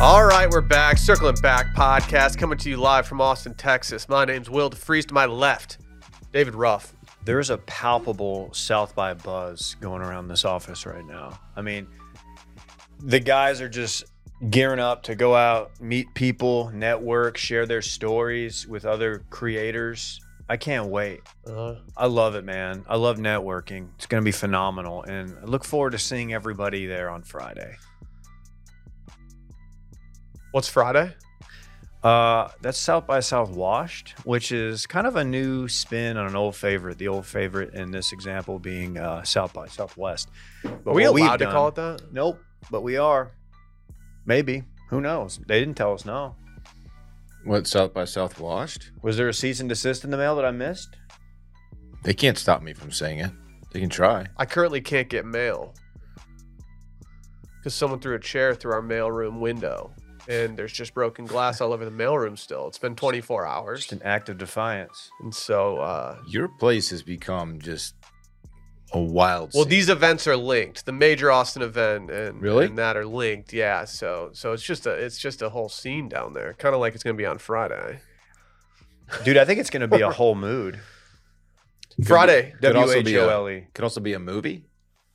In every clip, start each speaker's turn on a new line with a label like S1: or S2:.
S1: All right, we're back. Circling Back podcast coming to you live from Austin, Texas. My name's Will DeFries. To my left, David Ruff.
S2: There's a palpable South by buzz going around this office right now. I mean, the guys are just gearing up to go out, meet people, network, share their stories with other creators. I can't wait.
S1: Uh-huh.
S2: I love it, man. I love networking. It's going to be phenomenal. And I look forward to seeing everybody there on Friday.
S1: What's Friday?
S2: Uh, that's South by South Washed, which is kind of a new spin on an old favorite. The old favorite in this example being uh, South by Southwest. But
S1: Are we
S2: what we've
S1: allowed to
S2: done-
S1: call it that?
S2: Nope, but we are. Maybe. Who knows? They didn't tell us no.
S3: What South by South washed?
S2: Was there a cease and desist in the mail that I missed?
S3: They can't stop me from saying it. They can try.
S1: I currently can't get mail because someone threw a chair through our mailroom window, and there's just broken glass all over the mailroom. Still, it's been 24 hours,
S2: Just an act of defiance.
S1: and so uh,
S3: Your place has become just a wild.
S1: well,
S3: scene.
S1: these events are linked. The major Austin event and
S3: Really?
S1: and that are linked. Yeah, so so it's just a it's just a whole scene down there, kind of like it's gonna be on Friday.
S2: Dude, I think it's going to be a whole mood.
S3: Could-
S1: Friday.
S3: could
S2: W
S3: also
S2: H
S3: be
S2: O
S3: a-
S2: L E.
S3: Could also be a movie, Ah,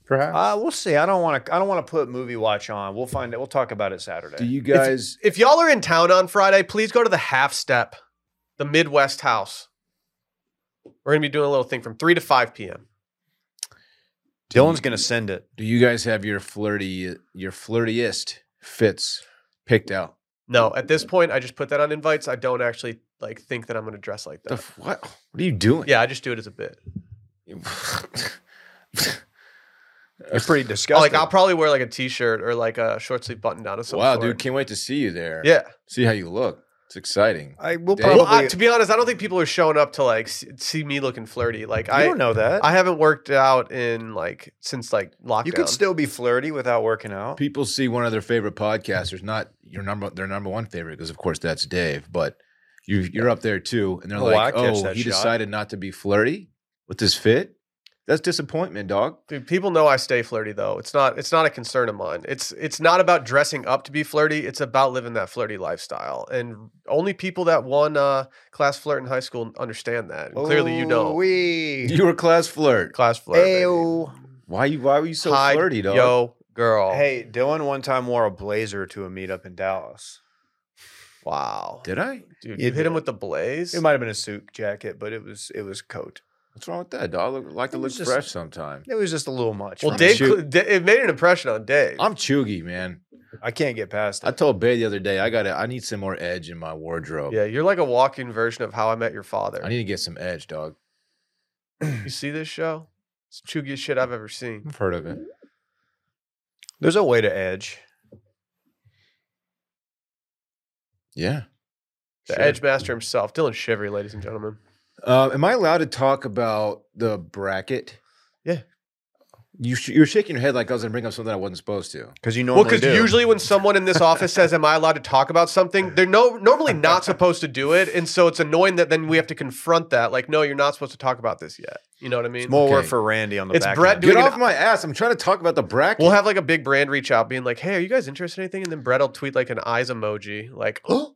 S3: perhaps.
S2: Uh, we'll see. I don't want to. I don't want to put movie watch on. We'll find it. We'll talk about it Saturday.
S3: Do you guys?
S1: If y'all are in town on Friday, please go to the Half Step, the Midwest House. We're gonna be doing a little thing from three to five p.m.
S3: do
S2: Dylan's
S3: you-
S2: going to send it.
S3: Do you guys have your flirty, your flirtiest fits picked out?
S1: No, at this point, I just put that on invites. I don't actually like think that I'm going to dress like
S3: The
S1: that.
S3: f- what? What are you doing?
S1: yeah, I just do it as a bit.
S2: It's pretty disgusting.
S1: Like I'll probably wear like a t-shirt or like a short sleeve button down or something.
S3: wow, dude! Can't wait to see you there.
S1: Yeah.
S3: See how you look. It's exciting.
S2: I will
S3: Well,
S2: probably.
S1: Well, I, to be honest, I don't think people are showing up to like see, see me looking flirty. Like
S2: you
S1: I,
S2: don't know that.
S1: I haven't worked out in like since like lockdown.
S2: you could still be flirty without working out.
S3: people see one of their favorite podcasters, not your number, their number one favorite, because of course that's Dave, but you, you're up there too, and they're
S2: Oh, I
S3: like,
S2: catch
S3: "Oh,
S2: that
S3: he
S2: shot."
S3: decided not to be flirty with his fit." That's disappointment, dog.
S1: Dude, people know I stay flirty though. It's not it's not a concern of mine. It's it's not about dressing up to be flirty. It's about living that flirty lifestyle. And only people that won uh, class flirt in high school understand that. And clearly,
S3: Oh,
S1: you don't.
S2: We.
S3: You were class flirt.
S1: class flirt. baby.
S2: Ayo.
S3: Why you? Why were you oh, so
S1: Hi,
S3: flirty, dog?
S1: Yo, girl.
S2: Hey, Dylan one time wore a blazer to a meetup in Dallas.
S1: Wow.
S3: Did I?
S1: Dude,
S2: You
S1: you, hit him
S2: did.
S1: with the blaze?
S2: It might have been a suit jacket, but it was it was coat.
S3: What's wrong with that, dog? I like to
S2: It
S3: look
S2: was just-
S3: fresh sometime.
S2: It was just a little much.
S1: well,
S2: for
S1: Dave,
S2: me.
S3: shoot.
S1: cl- Da- it made an impression on Dave.
S3: I'm chuggy, man.
S2: I can't get past
S3: I
S2: it.
S3: told Bay the other day I got to I need some more edge in my wardrobe.
S1: yeah, you're like a walking version of How I Met Your Father.
S3: I need to get some edge, dog.
S1: you see this show? It's the chuggiest shit I've ever seen.
S3: I've heard of it.
S2: There's a way to edge.
S3: Yeah.
S1: The
S3: Sure.
S1: Edge Master himself, Dylan Shivery, ladies and gentlemen.
S3: Uh, am I allowed to talk about the bracket?
S1: Yeah.
S3: You sh- you're shaking your head like I was going to bring up something I wasn't supposed to.
S2: Because you
S1: Well,
S2: normally
S1: because
S2: do.
S1: usually when someone in this office says, "Am I allowed to talk about something?" they're no normally not supposed to do it, and so it's annoying that then we have to confront that. Like, no, you're not supposed to talk about this yet. You know what I mean?
S2: it's more work
S3: Okay.
S2: for Randy on the
S1: It's
S2: back.
S1: Brett
S2: end.
S1: doing
S3: Get
S1: an-
S3: off my ass! I'm trying to talk about the bracket.
S1: We'll have like a big brand reach out, being like, "Hey, are you guys interested in anything?" And then Brett will tweet like an eyes emoji, like, "Oh,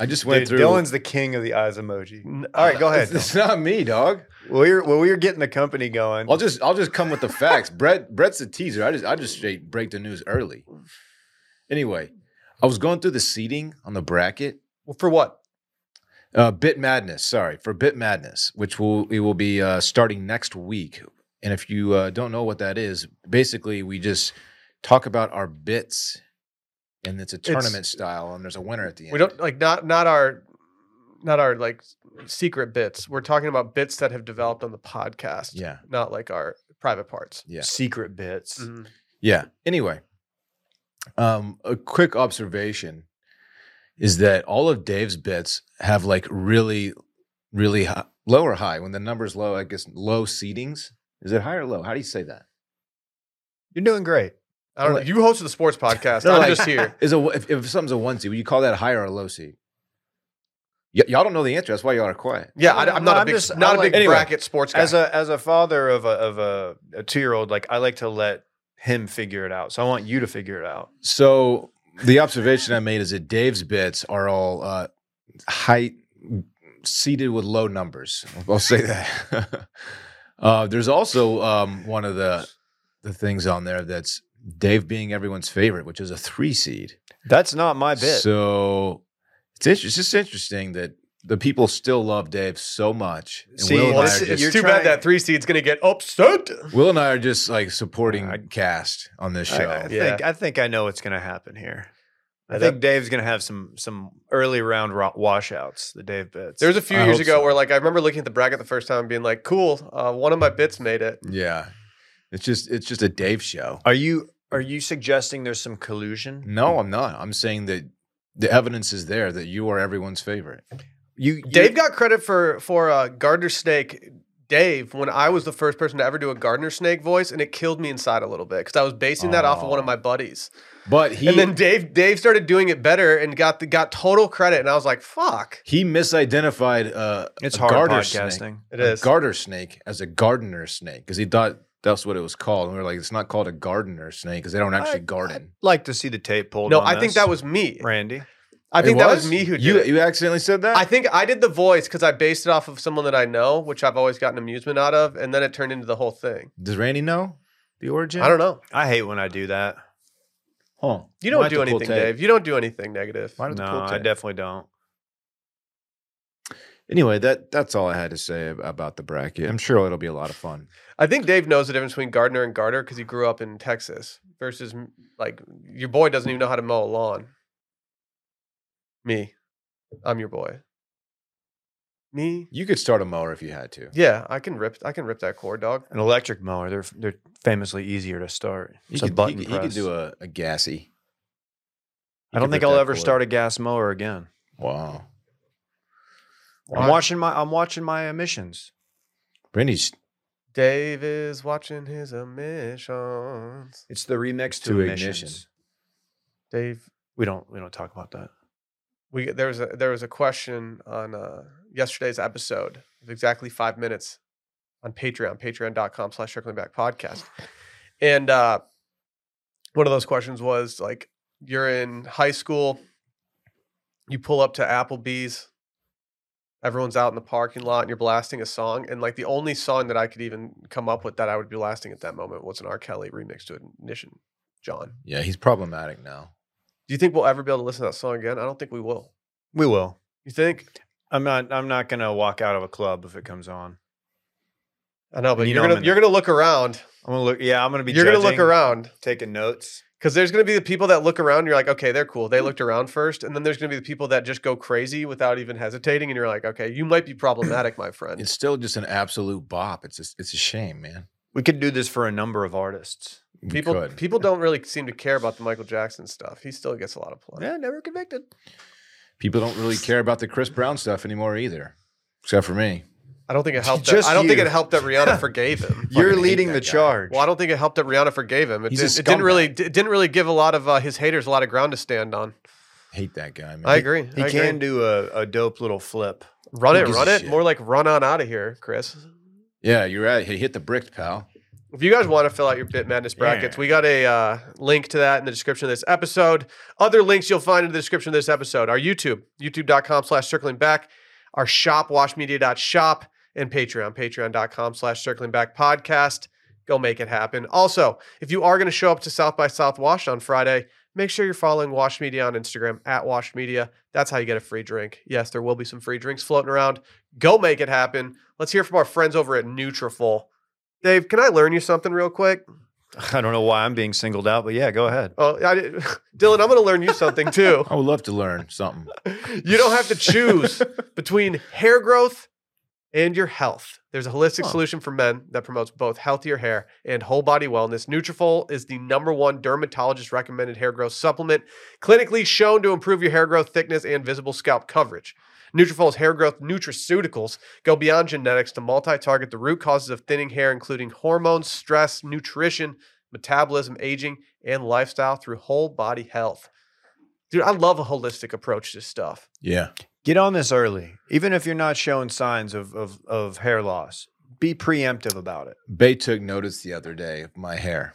S3: I just went
S2: Dude,
S3: through.
S2: Dylan's the king of the eyes emoji.
S1: n-
S2: All right, go ahead. Dylan.
S3: it's not me, dog.
S2: Well, we were, well, we were getting the company going.
S3: I'll just I'll just come with the facts. Brett Brett's a teaser. I just I just straight break the news early. Anyway, I was going through the seating on the bracket.
S1: Well, for what?"
S3: Uh, Bit Madness, sorry for Bit Madness, which will it will be uh, starting next week. And if you uh, don't know what that is, basically we just talk about our bits, and it's a tournament style, and there's a winner at the end.
S1: We don't like not not our not our like secret bits. We're talking about bits that have developed on the podcast,
S3: Yeah,
S1: not like our private parts.
S3: yeah.
S2: secret bits.
S1: Mhm.
S3: Yeah. Anyway, um, a quick observation is that all of Dave's bits have like really, really high, low or high. When the number's low, I guess low seedings. Is it high or low? How do you say that?
S2: You're doing great.
S1: I don't know.
S3: Like-
S1: You hosted the sports podcast.
S3: No,
S1: I'm
S3: like-
S1: just here.
S3: Is a if, if something's a one seed, would you call that a high or a low seed? Y- y'all don't know the answer. That's why y'all are quiet.
S1: Yeah, I,
S2: No,
S1: am not
S2: no,
S1: a
S2: I'm
S1: big
S2: just-
S1: not
S2: I
S1: a big
S2: like-
S3: Anyway,
S1: bracket sports guy.
S2: As a as a father of a of a, a two year old, like I like to let him figure it out. So I want you to figure it out.
S3: So the observation I made is that Dave's bits are all uh, height seated with low numbers. I'll say that. uh, there's also um, one of the the things on there that's Dave being everyone's favorite, which is a three seed.
S2: That's not my bit.
S3: So it's, inter- it's just interesting that the people still love Dave so much. And
S2: See,
S3: Will, and
S1: Well,
S3: I
S1: it's,
S3: are
S2: you're
S1: it's
S3: just,
S1: too
S2: trying-
S1: bad that three seed's going to get upset.
S3: Will and I are just like supporting
S2: I-
S3: cast on this
S2: I-
S3: show.
S2: I,
S1: Yeah.
S2: think I think I know what's going to happen here. I
S1: Yeah,
S2: think Dave's going to have some some early round ro- washouts. The Dave bits.
S1: There was a few
S3: I
S1: years
S3: hope
S1: ago
S3: so.
S1: where, like, I remember looking at the bracket the first time and being like, "Cool, uh, one of my bits made it."
S3: yeah, it's just it's just a Dave show.
S2: are you are you suggesting there's some collusion?
S3: No, I'm not. I'm saying that the evidence is there that you are everyone's favorite.
S2: You, you
S1: Dave got credit for for uh, gardener snake. Dave, when I was the first person to ever do a gardener snake voice, and it killed me inside a little bit because I was basing that off of one of
S3: Oh.
S1: my buddies.
S3: But he
S1: and then Dave Dave started doing it better and got the, got total credit, and I was like, "Fuck,
S3: he misidentified uh,
S2: it's
S3: a
S2: hard
S3: garter
S2: podcasting.
S3: snake.
S1: it
S3: a
S1: is."
S3: garter snake as a gardener snake because he thought that's what it was called. And we were like, it's not called a gardener snake because they don't actually
S2: I-
S3: garden.
S2: I'd like to see the tape pulled.
S1: no,
S2: on
S1: I think
S2: this.
S1: that was me.
S2: Randy.
S1: I think
S3: It
S1: that was me who did
S3: you.
S1: it.
S3: You accidentally said that.
S1: I think I did the voice because I based it off of someone that I know, which I've always gotten amusement out of, and then it turned into the whole thing.
S3: Does Randy know the origin?
S1: I don't know.
S2: I hate when I do that.
S3: Huh.
S1: You don't
S3: Might
S1: do
S3: have to pull
S1: anything,
S3: tape.
S1: Dave. You don't do anything negative.
S3: Might have to
S2: no,
S3: pull
S2: I
S3: tape.
S2: definitely don't.
S3: anyway, that that's all I had to say ab- about the bracket. I'm sure it'll be a lot of fun.
S1: I think Dave knows the difference between gardener and garter because he grew up in Texas versus m- like your boy doesn't even know how to mow a lawn. Me, I'm your boy. Me,
S3: You could start a mower if you had to.
S1: yeah, I can rip. I can rip that cord, dog.
S2: An electric mower. They're they're famously easier to start.
S3: You
S2: It's
S3: could,
S2: a
S3: you
S2: button
S3: could- you could
S2: press.
S3: do a, a gassy.
S2: I don't think I'll ever start a gas mower again.
S3: Wow,
S2: I'm
S1: Why?
S2: watching my I'm watching my emissions.
S3: Randy's
S1: Dave is watching his emissions.
S2: It's the remix to,
S3: To
S2: emissions.
S3: ignition.
S1: Dave
S2: We don't we don't talk about that.
S1: we there was a there was a question on uh, yesterday's episode of exactly five minutes on patreon patreon.com slash circling back podcast and uh one of those questions was like you're in high school you pull up to applebee's everyone's out in the parking lot and you're blasting a song and like the only song that i could even come up with that i would be blasting at that moment was an r kelly remix to ignition john
S3: yeah, he's problematic now.
S1: do you think we'll ever be able to listen to that song again i don't think we will
S2: We will.
S1: you think
S2: I'm not I'm not gonna walk out of a club if it comes on.
S1: I know, but
S2: You
S1: you are
S2: know I'm
S1: gonna
S2: in
S1: you're gonna look around.
S2: I'm gonna look yeah, I'm gonna be
S1: You're gonna look
S2: judging,
S1: around
S2: taking notes.
S1: because there's gonna be the people that look around. And you're like, okay, they're cool. They looked around first, and then there's gonna be the people that just go crazy without even hesitating, and you're like, okay, you might be problematic, my friend.
S3: It's still just an absolute bop. It's a, it's a shame, man.
S2: We could do this for a number of artists.
S3: We
S1: people
S3: could.
S1: people don't really seem to care about the Michael Jackson stuff. He still gets a lot of play.
S2: Yeah, never convicted.
S3: People don't really care about the Chris Brown stuff anymore either, except for me.
S1: I don't think it helped. That,
S2: Just
S1: I don't think
S2: you.
S1: it helped that Rihanna forgave him.
S2: You're
S3: Fucking hate
S2: leading
S3: that
S2: the
S3: guy.
S2: charge.
S1: Well, I don't think it helped that Rihanna forgave him. It,
S3: He's
S1: didn't,
S3: a
S1: it didn't really
S3: scumbag.
S1: it didn't really give a lot of uh, his haters a lot of ground to stand on.
S3: Hate that guy, man.
S1: I agree.
S2: he
S1: I agree.
S2: can do a, a dope little flip.
S1: run
S3: Who
S1: it,
S3: gives
S1: run
S3: a
S1: it.
S3: shit?
S1: More like run on out of here, Chris.
S3: Yeah, you're right. He hit the brick, pal.
S1: If you guys want to fill out your Bit Madness brackets,
S2: Yeah.
S1: we got a uh, link to that in the description of this episode. Other links you'll find in the description of this episode our YouTube, youtube.com slash circling back, our shop, washmedia.shop, and Patreon, patreon.com slash circling back podcast. Go make it happen. Also, if you are going to show up to South by Southwash on Friday, make sure you're following Wash Media on Instagram at Wash Media. That's how you get a free drink. Yes, there will be some free drinks floating around. Go make it happen. Let's hear from our friends over at Nutrafol. Dave, can I learn you something real quick?
S2: I don't know why I'm being singled out, but yeah, go ahead.
S1: Oh, I, did- Dylan, I'm going to learn you something too.
S3: I would love to learn something.
S1: You don't have to choose between hair growth and your health. There's a holistic
S3: Huh.
S1: solution for men that promotes both healthier hair and whole body wellness. Nutrafol is the number one dermatologist recommended hair growth supplement, clinically shown to improve your hair growth thickness and visible scalp coverage. Nutrafol's hair growth nutraceuticals go beyond genetics to multi-target the root causes of thinning hair, including hormones, stress, nutrition, metabolism, aging, and lifestyle through whole body health. Dude, I love a holistic approach to stuff.
S3: Yeah.
S2: Get on this early. Even if you're not showing signs of, of, of hair loss, be preemptive about it.
S3: Bay took notice the other day of my hair.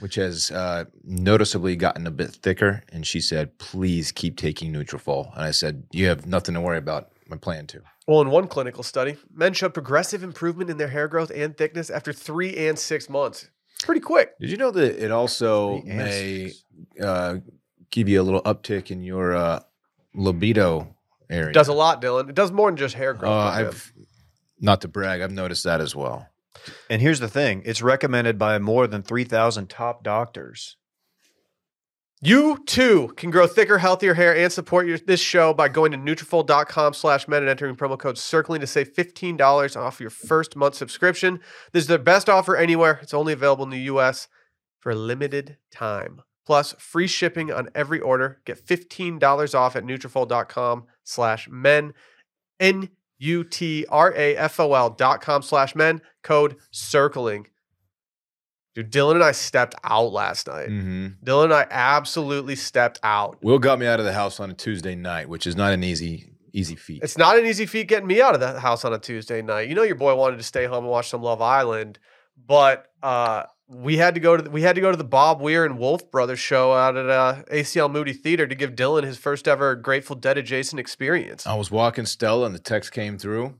S3: which has uh, noticeably gotten a bit thicker. And she said, "Please keep taking Nutrafol." And I said, "You have nothing to worry about. I plan to."
S1: Well, in one clinical study, men showed progressive improvement in their hair growth and thickness after three and six months. Pretty quick.
S3: Did you know that it also
S2: Three
S3: may
S2: answers.
S3: uh, give you a little uptick in your uh, libido area?
S1: Does a lot, Dylan. It does more than just hair growth.
S3: Uh,
S1: my man.
S3: I've not to brag. I've noticed that as well.
S2: And here's the thing it's recommended by more than 3,000 top doctors.
S1: You too can grow thicker, healthier hair and support your, this show by going to Nutrafol.com slash men and entering promo code CIRCLING to save $15 off your first month subscription. This is their best offer anywhere. It's only available in the U.S. for a limited time. Plus, free shipping on every order. Get $15 off at Nutrafol.com slash men, N-U-T-R-A-F-O-L dot com slash men, code CIRCLING. Dude, Dylan and I stepped out last night.
S3: Mm-hmm.
S1: Dylan and I absolutely stepped out.
S3: Will got me out of the house on a Tuesday night, which is not an easy easy feat.
S1: It's not an easy feat getting me out of the house on a Tuesday night. You know your boy wanted to stay home and watch some Love Island, but uh, we had to go to the, we had to go to the Bob Weir and Wolf Brothers show out at uh, ACL Moody Theater to give Dylan his first ever Grateful Dead adjacent experience.
S3: I was walking Stella, and the text came through.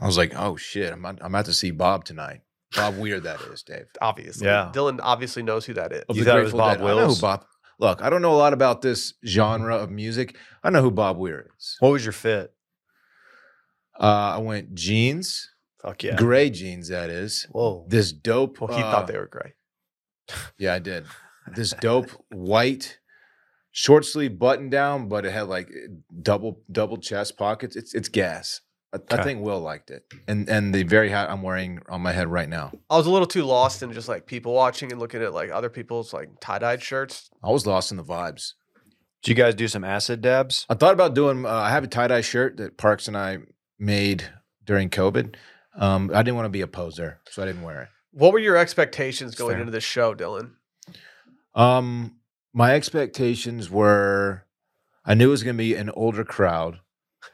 S3: I was like, "Oh shit, I'm out- I'm about to see Bob tonight." Bob Weird, that is Dave.
S1: Obviously,
S2: Yeah.
S1: Dylan obviously knows who that is.
S3: Of
S2: You
S3: the
S2: thought it was
S3: Grateful
S2: Bob
S3: Dead. I know who
S2: Wills?
S3: Bob. Look, I don't know a lot about this genre of music. I know who Bob Weir is.
S2: What was your fit?
S3: Uh, I went jeans,
S2: Fuck yeah.
S3: gray jeans. That is
S2: Whoa.
S3: this dope.
S1: Well, he
S3: uh,
S1: thought they were gray.
S3: Yeah, I did. This dope white short sleeve button down, but it had like double double chest pockets. It's it's gas. I, I
S2: Okay.
S3: think Will liked it, and and the very hat I'm wearing on my head right now.
S1: I was a little too lost in just like people watching and looking at like other people's like tie dyed shirts.
S3: I was lost in the vibes.
S2: Did you guys do some acid dabs?
S3: I thought about doing. Uh, I have a tie dye shirt that Parks and I made during COVID. Um, I didn't want to be a poser, so I didn't wear it.
S1: What were your expectations
S3: It's
S1: going
S3: fair.
S1: into this show, Dylan?
S3: Um, my expectations were, I knew it was going to be an older crowd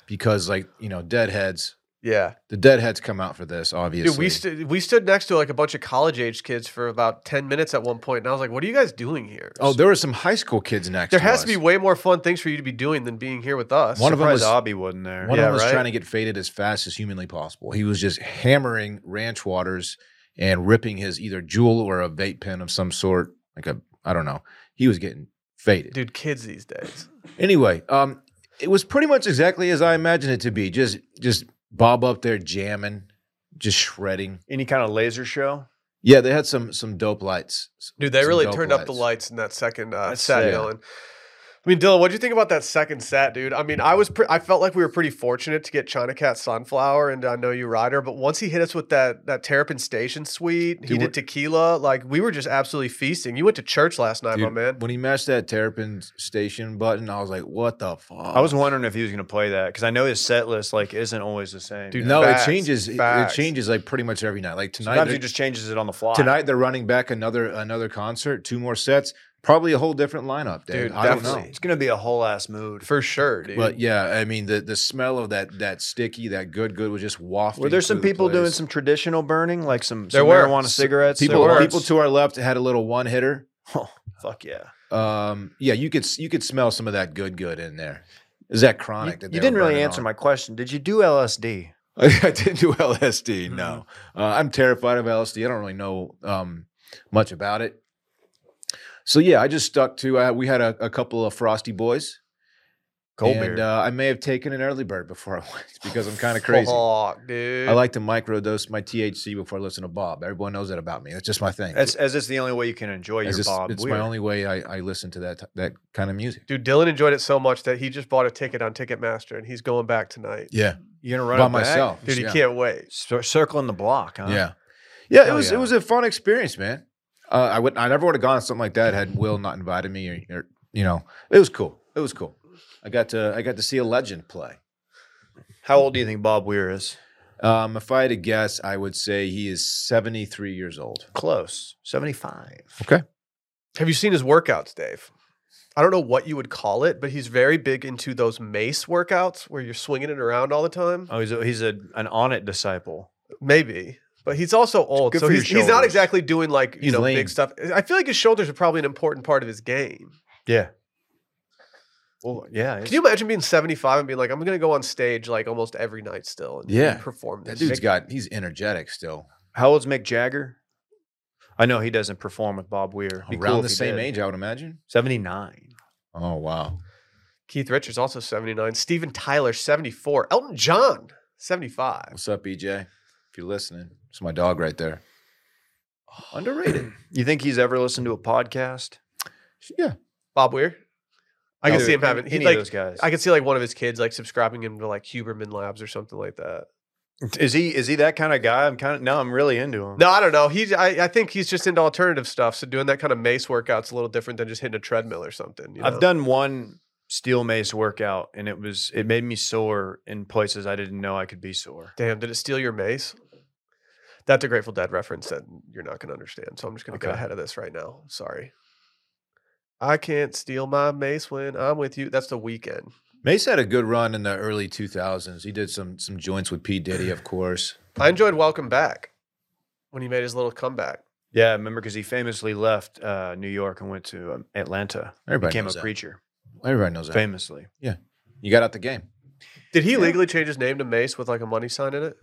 S3: because, like you know, deadheads.
S1: Yeah.
S3: The deadheads come out for this, obviously.
S1: Dude, we stood we stood next to like a bunch of college age kids for about ten minutes at one point, and I was like, "What are you guys doing here?"
S3: oh, there were some high school kids next.
S1: there has
S3: us.
S1: to be way more fun things for you to be doing than being here with us.
S3: One of 'em
S2: Surprised
S3: was-
S2: Abby wasn't there.
S3: One
S1: Yeah,
S3: of them was
S1: right?
S3: trying to get faded as fast as humanly possible. He was just hammering ranch waters and ripping his either jewel or a vape pen of some sort, like a I don't know. He was getting faded.
S1: dude, kids these days.
S3: Anyway, um, it was pretty much exactly as I imagined it to be. Just just Bob up there jamming, just shredding.
S2: Any kind of laser show?
S3: Yeah, they had some some dope lights.
S1: Dude, they
S3: Some
S1: really
S3: dope
S1: turned up the lights in that second uh,
S2: That's
S1: set,
S3: sick.
S1: Dylan. I mean, Dylan, what do you think about that second set, dude? I mean, I was pre- I felt like we were pretty fortunate to get China Cat Sunflower and I Know You Rider, but once he hit us with that that Terrapin Station suite, he
S3: Dude,
S1: did
S3: we're-
S1: tequila. Like we were just absolutely feasting. You went to church last night, my
S3: Dude,
S1: man.
S3: When he mashed that Terrapin station button, I was like, "What the fuck?"
S2: I was wondering if he was going to play that because I know his set list like isn't always the same.
S1: Dude,
S3: no,
S1: facts,
S3: it changes. It, it
S1: facts.
S3: changes like pretty much every night. Like tonight,
S2: sometimes
S3: they're-
S2: he just changes it on the fly.
S3: Tonight they're running back another another concert, two more sets, probably a whole different lineup, Dave.
S1: Dude,
S3: I don't
S1: definitely.
S3: know.
S2: it's going to be a whole ass mood.
S1: For sure, dude.
S3: But yeah, I mean the the smell of that that sticky, that good good was just wafting.
S2: Were there some
S3: through the
S2: people doing
S3: place.
S2: some traditional burning, like some,
S1: There
S2: some
S1: were.
S2: marijuana
S1: S-
S2: cigarettes? There
S3: people Oh,
S2: were.
S3: people to our left had a little one hitter.
S2: Fuck yeah!
S3: Um, yeah, you could s- you could smell some of that good good in there. Is that
S2: You,
S3: chronic? that
S2: you
S3: they were
S2: didn't really
S3: burning
S2: answer
S3: on?
S2: my question. Did you do LSD?
S3: I didn't do
S2: Mm-hmm.
S3: LSD. No, uh, I'm terrified of LSD. I don't really know um, much about it. So yeah, I just stuck to. Uh, we had a, a couple of frosty boys.
S2: Cold
S3: and,
S2: beer.
S3: Uh, I may have taken an early bird before I went because I'm kind of crazy.
S2: Oh,
S1: Fuck, dude.
S3: I like to microdose my THC before I listen to Bob. Everyone knows that about me. That's just my thing.
S2: as, as it's the only way you can enjoy your
S3: it's just-
S2: Bob.
S3: it's
S2: Weir.
S3: my only way I, I listen to that that kind of music.
S1: Dude, Dylan enjoyed it so much that he just bought a ticket on Ticketmaster and he's going back tonight.
S3: Yeah,
S2: You're gonna run
S3: by
S2: it back?
S3: myself.
S1: Dude, he
S3: yeah.
S1: can't wait.
S2: Cir- circling the block. Huh?
S3: Yeah, yeah. It
S2: Hell
S3: was
S2: yeah.
S3: it was a fun experience, man. Uh, I would I never would have gone to something like that had Will not invited me or, or you know it was cool. It was cool. I got to I got to see a legend play.
S2: How old do you think Bob Weir is?
S3: Um, if I had to guess, I would say he is seventy three years old.
S2: Close. Seventy five.
S1: Have you seen his workouts, Dave? I don't know what you would call it, but he's very big into those mace
S3: Uh,
S1: workouts where you're swinging it around all the time.
S2: Oh, he's a, he's a, an on it disciple.
S1: Maybe. But he's also old,
S2: good
S1: so
S2: for your
S1: he's, he's not
S2: shoulders.
S1: exactly doing like you
S3: He's
S1: know
S3: lean.
S1: big stuff. I feel like his shoulders are probably an important part of his game.
S2: Yeah. Well, yeah.
S1: Can
S2: it's-
S1: you imagine being seventy five and being like, I'm going to go on stage like almost every night still and,
S3: Yeah.
S1: and perform
S3: That
S1: this?
S3: dude's got he's energetic still.
S2: how old's Mick Jagger? I know he doesn't perform with Bob Weir. Be cool
S3: Around
S2: if
S3: the
S2: he
S3: same
S2: did.
S3: age, I would imagine.
S2: 79.
S3: Oh wow.
S1: Keith Richards also seventy nine. Steven Tyler seventy four. Elton John seventy five.
S3: What's up, EJ? If you're listening, it's my dog right there. Underrated.
S2: You think he's ever listened to a podcast?
S3: yeah.
S1: Bob Weir. I can
S2: Either-
S1: see him having. He
S2: any
S1: like.
S2: of those guys.
S1: I can see like one of his kids like subscribing him to like Huberman Labs or something like that.
S2: is he is he that kind of guy? I'm kind of no, I'm really into him.
S1: No, I don't know. He's I, I think he's just into alternative stuff. So doing that kind of mace workout's a little different than just hitting a treadmill or something. you know?
S2: I've done one steel mace workout and it was it made me sore in places I didn't know I could be sore.
S1: Damn, did it steal your mace? That's a Grateful Dead reference that you're not going to understand. So I'm just going to go
S2: Okay.
S1: ahead of this right now. Sorry. I can't steal my mace when I'm with you. That's the weekend.
S3: Mace had a good run in the early 2000s. He did some some joints with P Diddy, of course.
S1: I enjoyed Welcome Back when he made his little comeback.
S2: Yeah, I remember because he famously left uh, New York and went to um, Atlanta.
S3: Everybody
S2: became a
S3: knows that.
S2: preacher
S3: Everybody knows that.
S2: famously.
S3: You got out the game.
S1: Did he
S2: Yeah.
S1: legally change his name to Mace with like a money sign in it?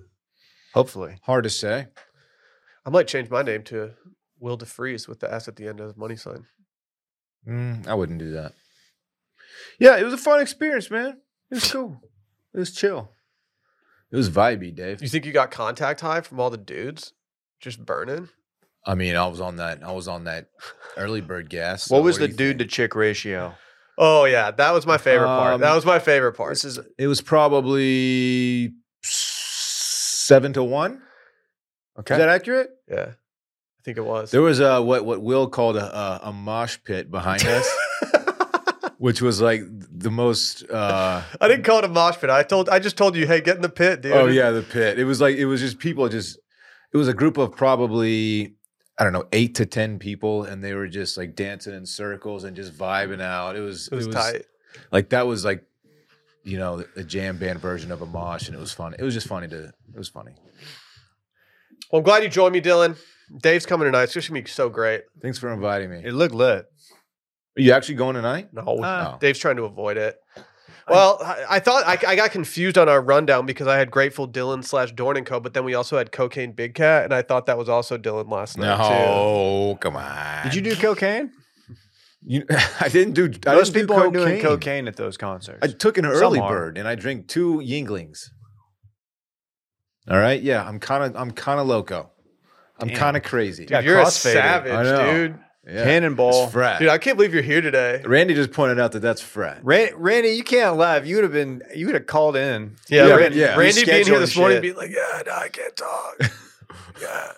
S2: Hopefully,
S3: Hard to say.
S1: I might change my name to Will DeFreeze with the S at the end of the money sign.
S3: Mm, I wouldn't do that. Yeah, it was a fun experience, man. It was cool. It was chill. It was vibey, Dave.
S1: You think you got contact high from all the dudes just burning?
S3: I mean, I was on that. I was on that early bird gas. so
S2: what was
S3: do
S2: the
S3: you
S2: dude to
S3: think?
S2: chick ratio?
S1: Oh yeah, that was my favorite part. That
S3: Um,
S1: was my favorite part.
S2: This is
S3: It was probably seven to one.
S2: okay.
S3: Is that accurate?
S1: yeah, I think it was.
S3: There was a what what Will called a a, a mosh pit behind us, which was like the most. Uh,
S1: I didn't call it a mosh pit. I told I just told you, hey, get in the pit, dude.
S3: oh yeah, the pit. It was like it was just people just. It was a group of probably I don't know eight to ten people, and they were just like dancing in circles and just vibing out. It was
S1: it was, tight.
S3: Like that was like. You know, a jam band version of a mosh, and it was fun. It was just funny to. It was funny.
S1: Well, I'm glad you joined me, Dylan. Dave's coming tonight. It's just gonna be so great.
S3: Thanks for inviting me.
S2: it looked lit.
S3: Are you actually going tonight?
S1: No,
S2: Uh,
S3: No.
S1: Dave's trying to avoid it. Well, I, I thought I, I got confused on our rundown because I had Grateful Dylan slash Dorn and Co, but then we also had Cocaine Big Cat, and I thought that was also Dylan last night too.
S3: No, come on.
S2: Did you do cocaine?
S3: You, I didn't do. I
S2: Most
S3: didn't do
S2: people are doing
S3: cocaine.
S2: cocaine at those concerts.
S3: I took an
S2: Some
S3: early
S2: are.
S3: bird and I drank two Yinglings. All right, yeah, I'm kind of, I'm kind of loco. I'm
S2: Damn.
S3: kind of crazy.
S1: Dude,
S2: Yeah,
S1: you're a
S2: crossfaded.
S3: I
S1: savage,
S3: know.
S1: dude.
S3: Yeah.
S2: Cannonball.
S3: It's frat.
S1: Dude, I can't believe you're here today.
S3: Randy just pointed out that that's frat.
S2: Ran- Randy, you can't laugh. You would have been. You would have called in.
S1: Yeah,
S3: Yeah,
S1: Ran-
S3: yeah.
S1: Randy being here this
S2: Rescheduling
S1: morning,
S2: shit.
S1: being like, "Yeah, no, I can't talk." Yeah,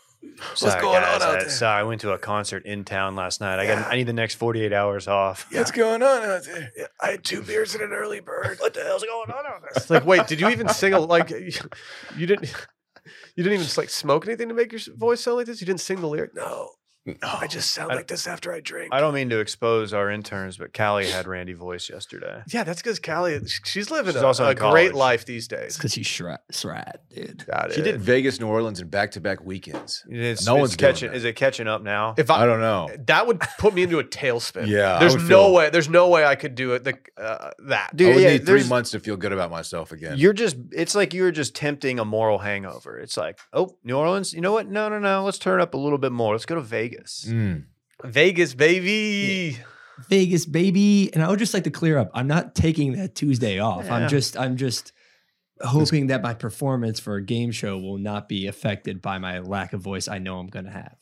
S1: what's
S2: Sorry,
S1: going
S2: guys,
S1: on out
S2: I,
S1: there?
S2: Sorry, I went to a concert in town last night. I got.
S1: Yeah.
S2: I need the next forty eight hours off.
S3: What's going on out there?
S1: Yeah, I had two beers and an early bird. What the hell's going on out there? It's like, wait, did you even sing a like? You didn't. You didn't even like smoke anything to make your voice sound like this. You didn't sing the lyric. No, I just sound
S2: I-
S1: like this after I drink.
S2: I don't mean to expose our interns, but Callie had Randy voice yesterday.
S1: yeah, that's because Callie, sh- she's living
S2: She's
S1: a,
S2: also
S1: a
S2: in
S1: great
S2: college.
S1: life these days.
S4: because he's Shrat, Shrat, dude.
S1: Got
S3: She
S1: it.
S3: did Vegas, New Orleans, and back-to-back weekends.
S2: It's,
S3: No
S2: it's
S3: one's doing
S2: catching.
S3: that.
S2: Is it catching up now?
S1: If
S3: I
S1: I,
S3: don't know.
S1: that would put me into a tailspin.
S3: Yeah, I
S1: there's
S3: would
S1: no
S3: feel-
S1: way. There's no way I could do it. The uh, that
S2: Dude,
S3: I would
S2: yeah,
S3: need three
S2: there's-
S3: months to feel good about myself again.
S2: You're just. It's like you were just tempting a moral hangover. It's like, oh, New Orleans. You know what? No, no, no. Let's turn up a little bit more. Let's go to Vegas.
S3: Mm.
S1: Vegas, baby.
S4: Vegas, baby. And I would just like to clear up. I'm not taking that Tuesday off.
S2: Yeah.
S4: I'm just, I'm just hoping that my performance for a game show will not be affected by my lack of voice. I know I'm going to have.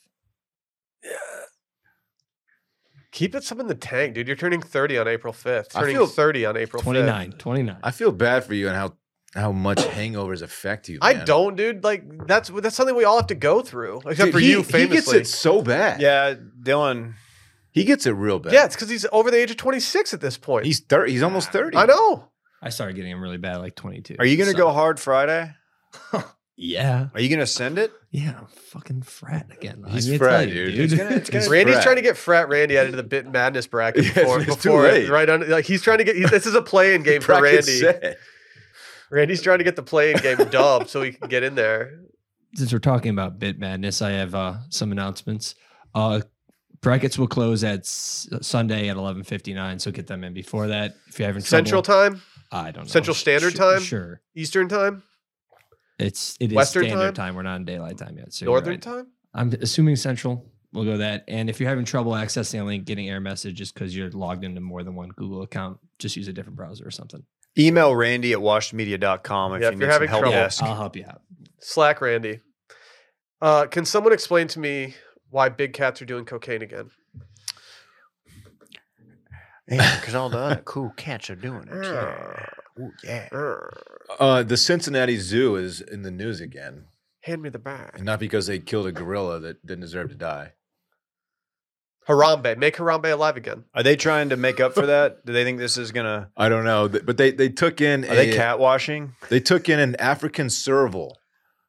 S1: Keep it some in the tank, dude. You're turning 30 on April 5th.
S3: I
S1: Turning
S3: feel-
S1: 30 on April 5th.
S4: 29, 29.
S3: I feel bad for you and how how much hangovers affect you.
S1: I
S3: man.
S1: don't, dude. Like that's that's something we all have to go through, except
S3: Dude,
S1: for
S3: he-
S1: you,
S3: He
S1: famously.
S3: gets it so bad.
S2: Yeah, Dylan.
S3: He gets it real bad.
S1: yeah, it's because he's over the age of 26 at this point.
S3: He's thirty. He's almost thirty.
S1: I know.
S4: I started getting him really bad at like 22.
S2: Are you gonna
S4: So-
S2: go hard Friday?
S4: Yeah.
S2: Are you gonna send it?
S4: Yeah. I'm fucking frat again. I
S3: He's
S4: need to
S3: frat,
S4: tell
S3: dude.
S2: It's gonna- it's gonna-
S1: Randy's
S3: Frat.
S1: trying to get Frat Randy out of the bit madness bracket
S3: Yes,
S1: before,
S3: it's too
S1: before
S3: late.
S1: right under. Like he's trying to get. He's, this is a playing game for
S3: Bracket
S1: Randy.
S3: set.
S1: Randy's trying to get the playing game dubbed so he can get in there.
S4: since we're talking about Bit Madness, I have uh, some announcements. Uh, brackets will close at s- Sunday at eleven fifty nine, so get them in before that. If you're having
S1: Central
S4: trouble,
S1: time,
S4: I don't know
S1: Central Standard
S4: Sure-
S1: Time?
S4: Sure,
S1: Eastern time,
S4: it's it is
S1: Western
S4: standard
S1: time?
S4: time? We're not in daylight time yet. So you're
S1: Northern
S4: right.
S1: time.
S4: I'm assuming Central. We'll go that. And if you're having trouble accessing a link, getting error message just because you're logged into more than one Google account, just use a different browser or something.
S2: Email Randy at washedmedia.com if
S1: Yeah,
S2: you
S1: if
S2: need
S1: you're
S2: some
S1: having
S2: help
S1: trouble.
S2: desk.
S4: I'll help you out.
S1: Slack, Randy. Uh, can someone explain to me why big cats are doing cocaine again?
S2: Because all the other cool cats are doing it. Yeah. Ooh, yeah.
S3: Uh, the Cincinnati Zoo is in the news again,
S1: Hand me the bag.
S3: and not because they killed a gorilla that didn't deserve to die.
S1: Harambe, make Harambe alive again.
S2: Are they trying to make up for that? Do they think this is gonna?
S3: I don't know, th- but they they took in
S2: Are they
S3: a-
S2: cat washing?
S3: They took in an African serval,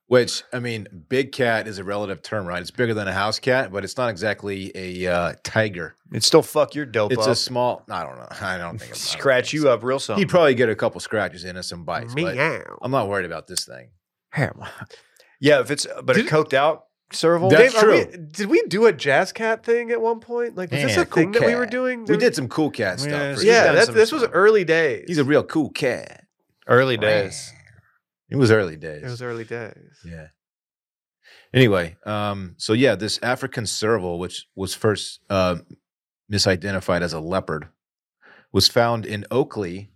S3: which I mean, big cat is a relative term, right? It's bigger than a house cat, but it's not exactly a uh, tiger.
S2: It'd still fuck your dope
S3: It's
S2: up.
S3: a small. I don't know. I don't think.
S2: Scratch you up real something.
S3: He'd probably get a couple scratches in and some bites, but I'm not worried about this thing.
S2: yeah, if it's but
S1: Did-
S2: a coked out serval.
S3: That's
S1: Dave, are we-
S3: true.
S1: did we do a jazz cat thing at one point? Like, was this
S3: Yeah,
S1: a thing
S3: cool
S1: that we were
S3: cat.
S1: doing?
S3: We
S1: There-
S3: did some cool cat stuff.
S2: Yeah,
S3: for
S2: We've
S1: Yeah,
S2: done
S3: sure.
S1: that,
S2: some
S1: this was
S2: stuff.
S1: early days.
S3: he's a real cool cat.
S2: Early days.
S3: It was early days.
S1: It was early days.
S3: Yeah. Anyway, um, so yeah, this African serval, which was first uh, misidentified as a leopard, was found in Oakley,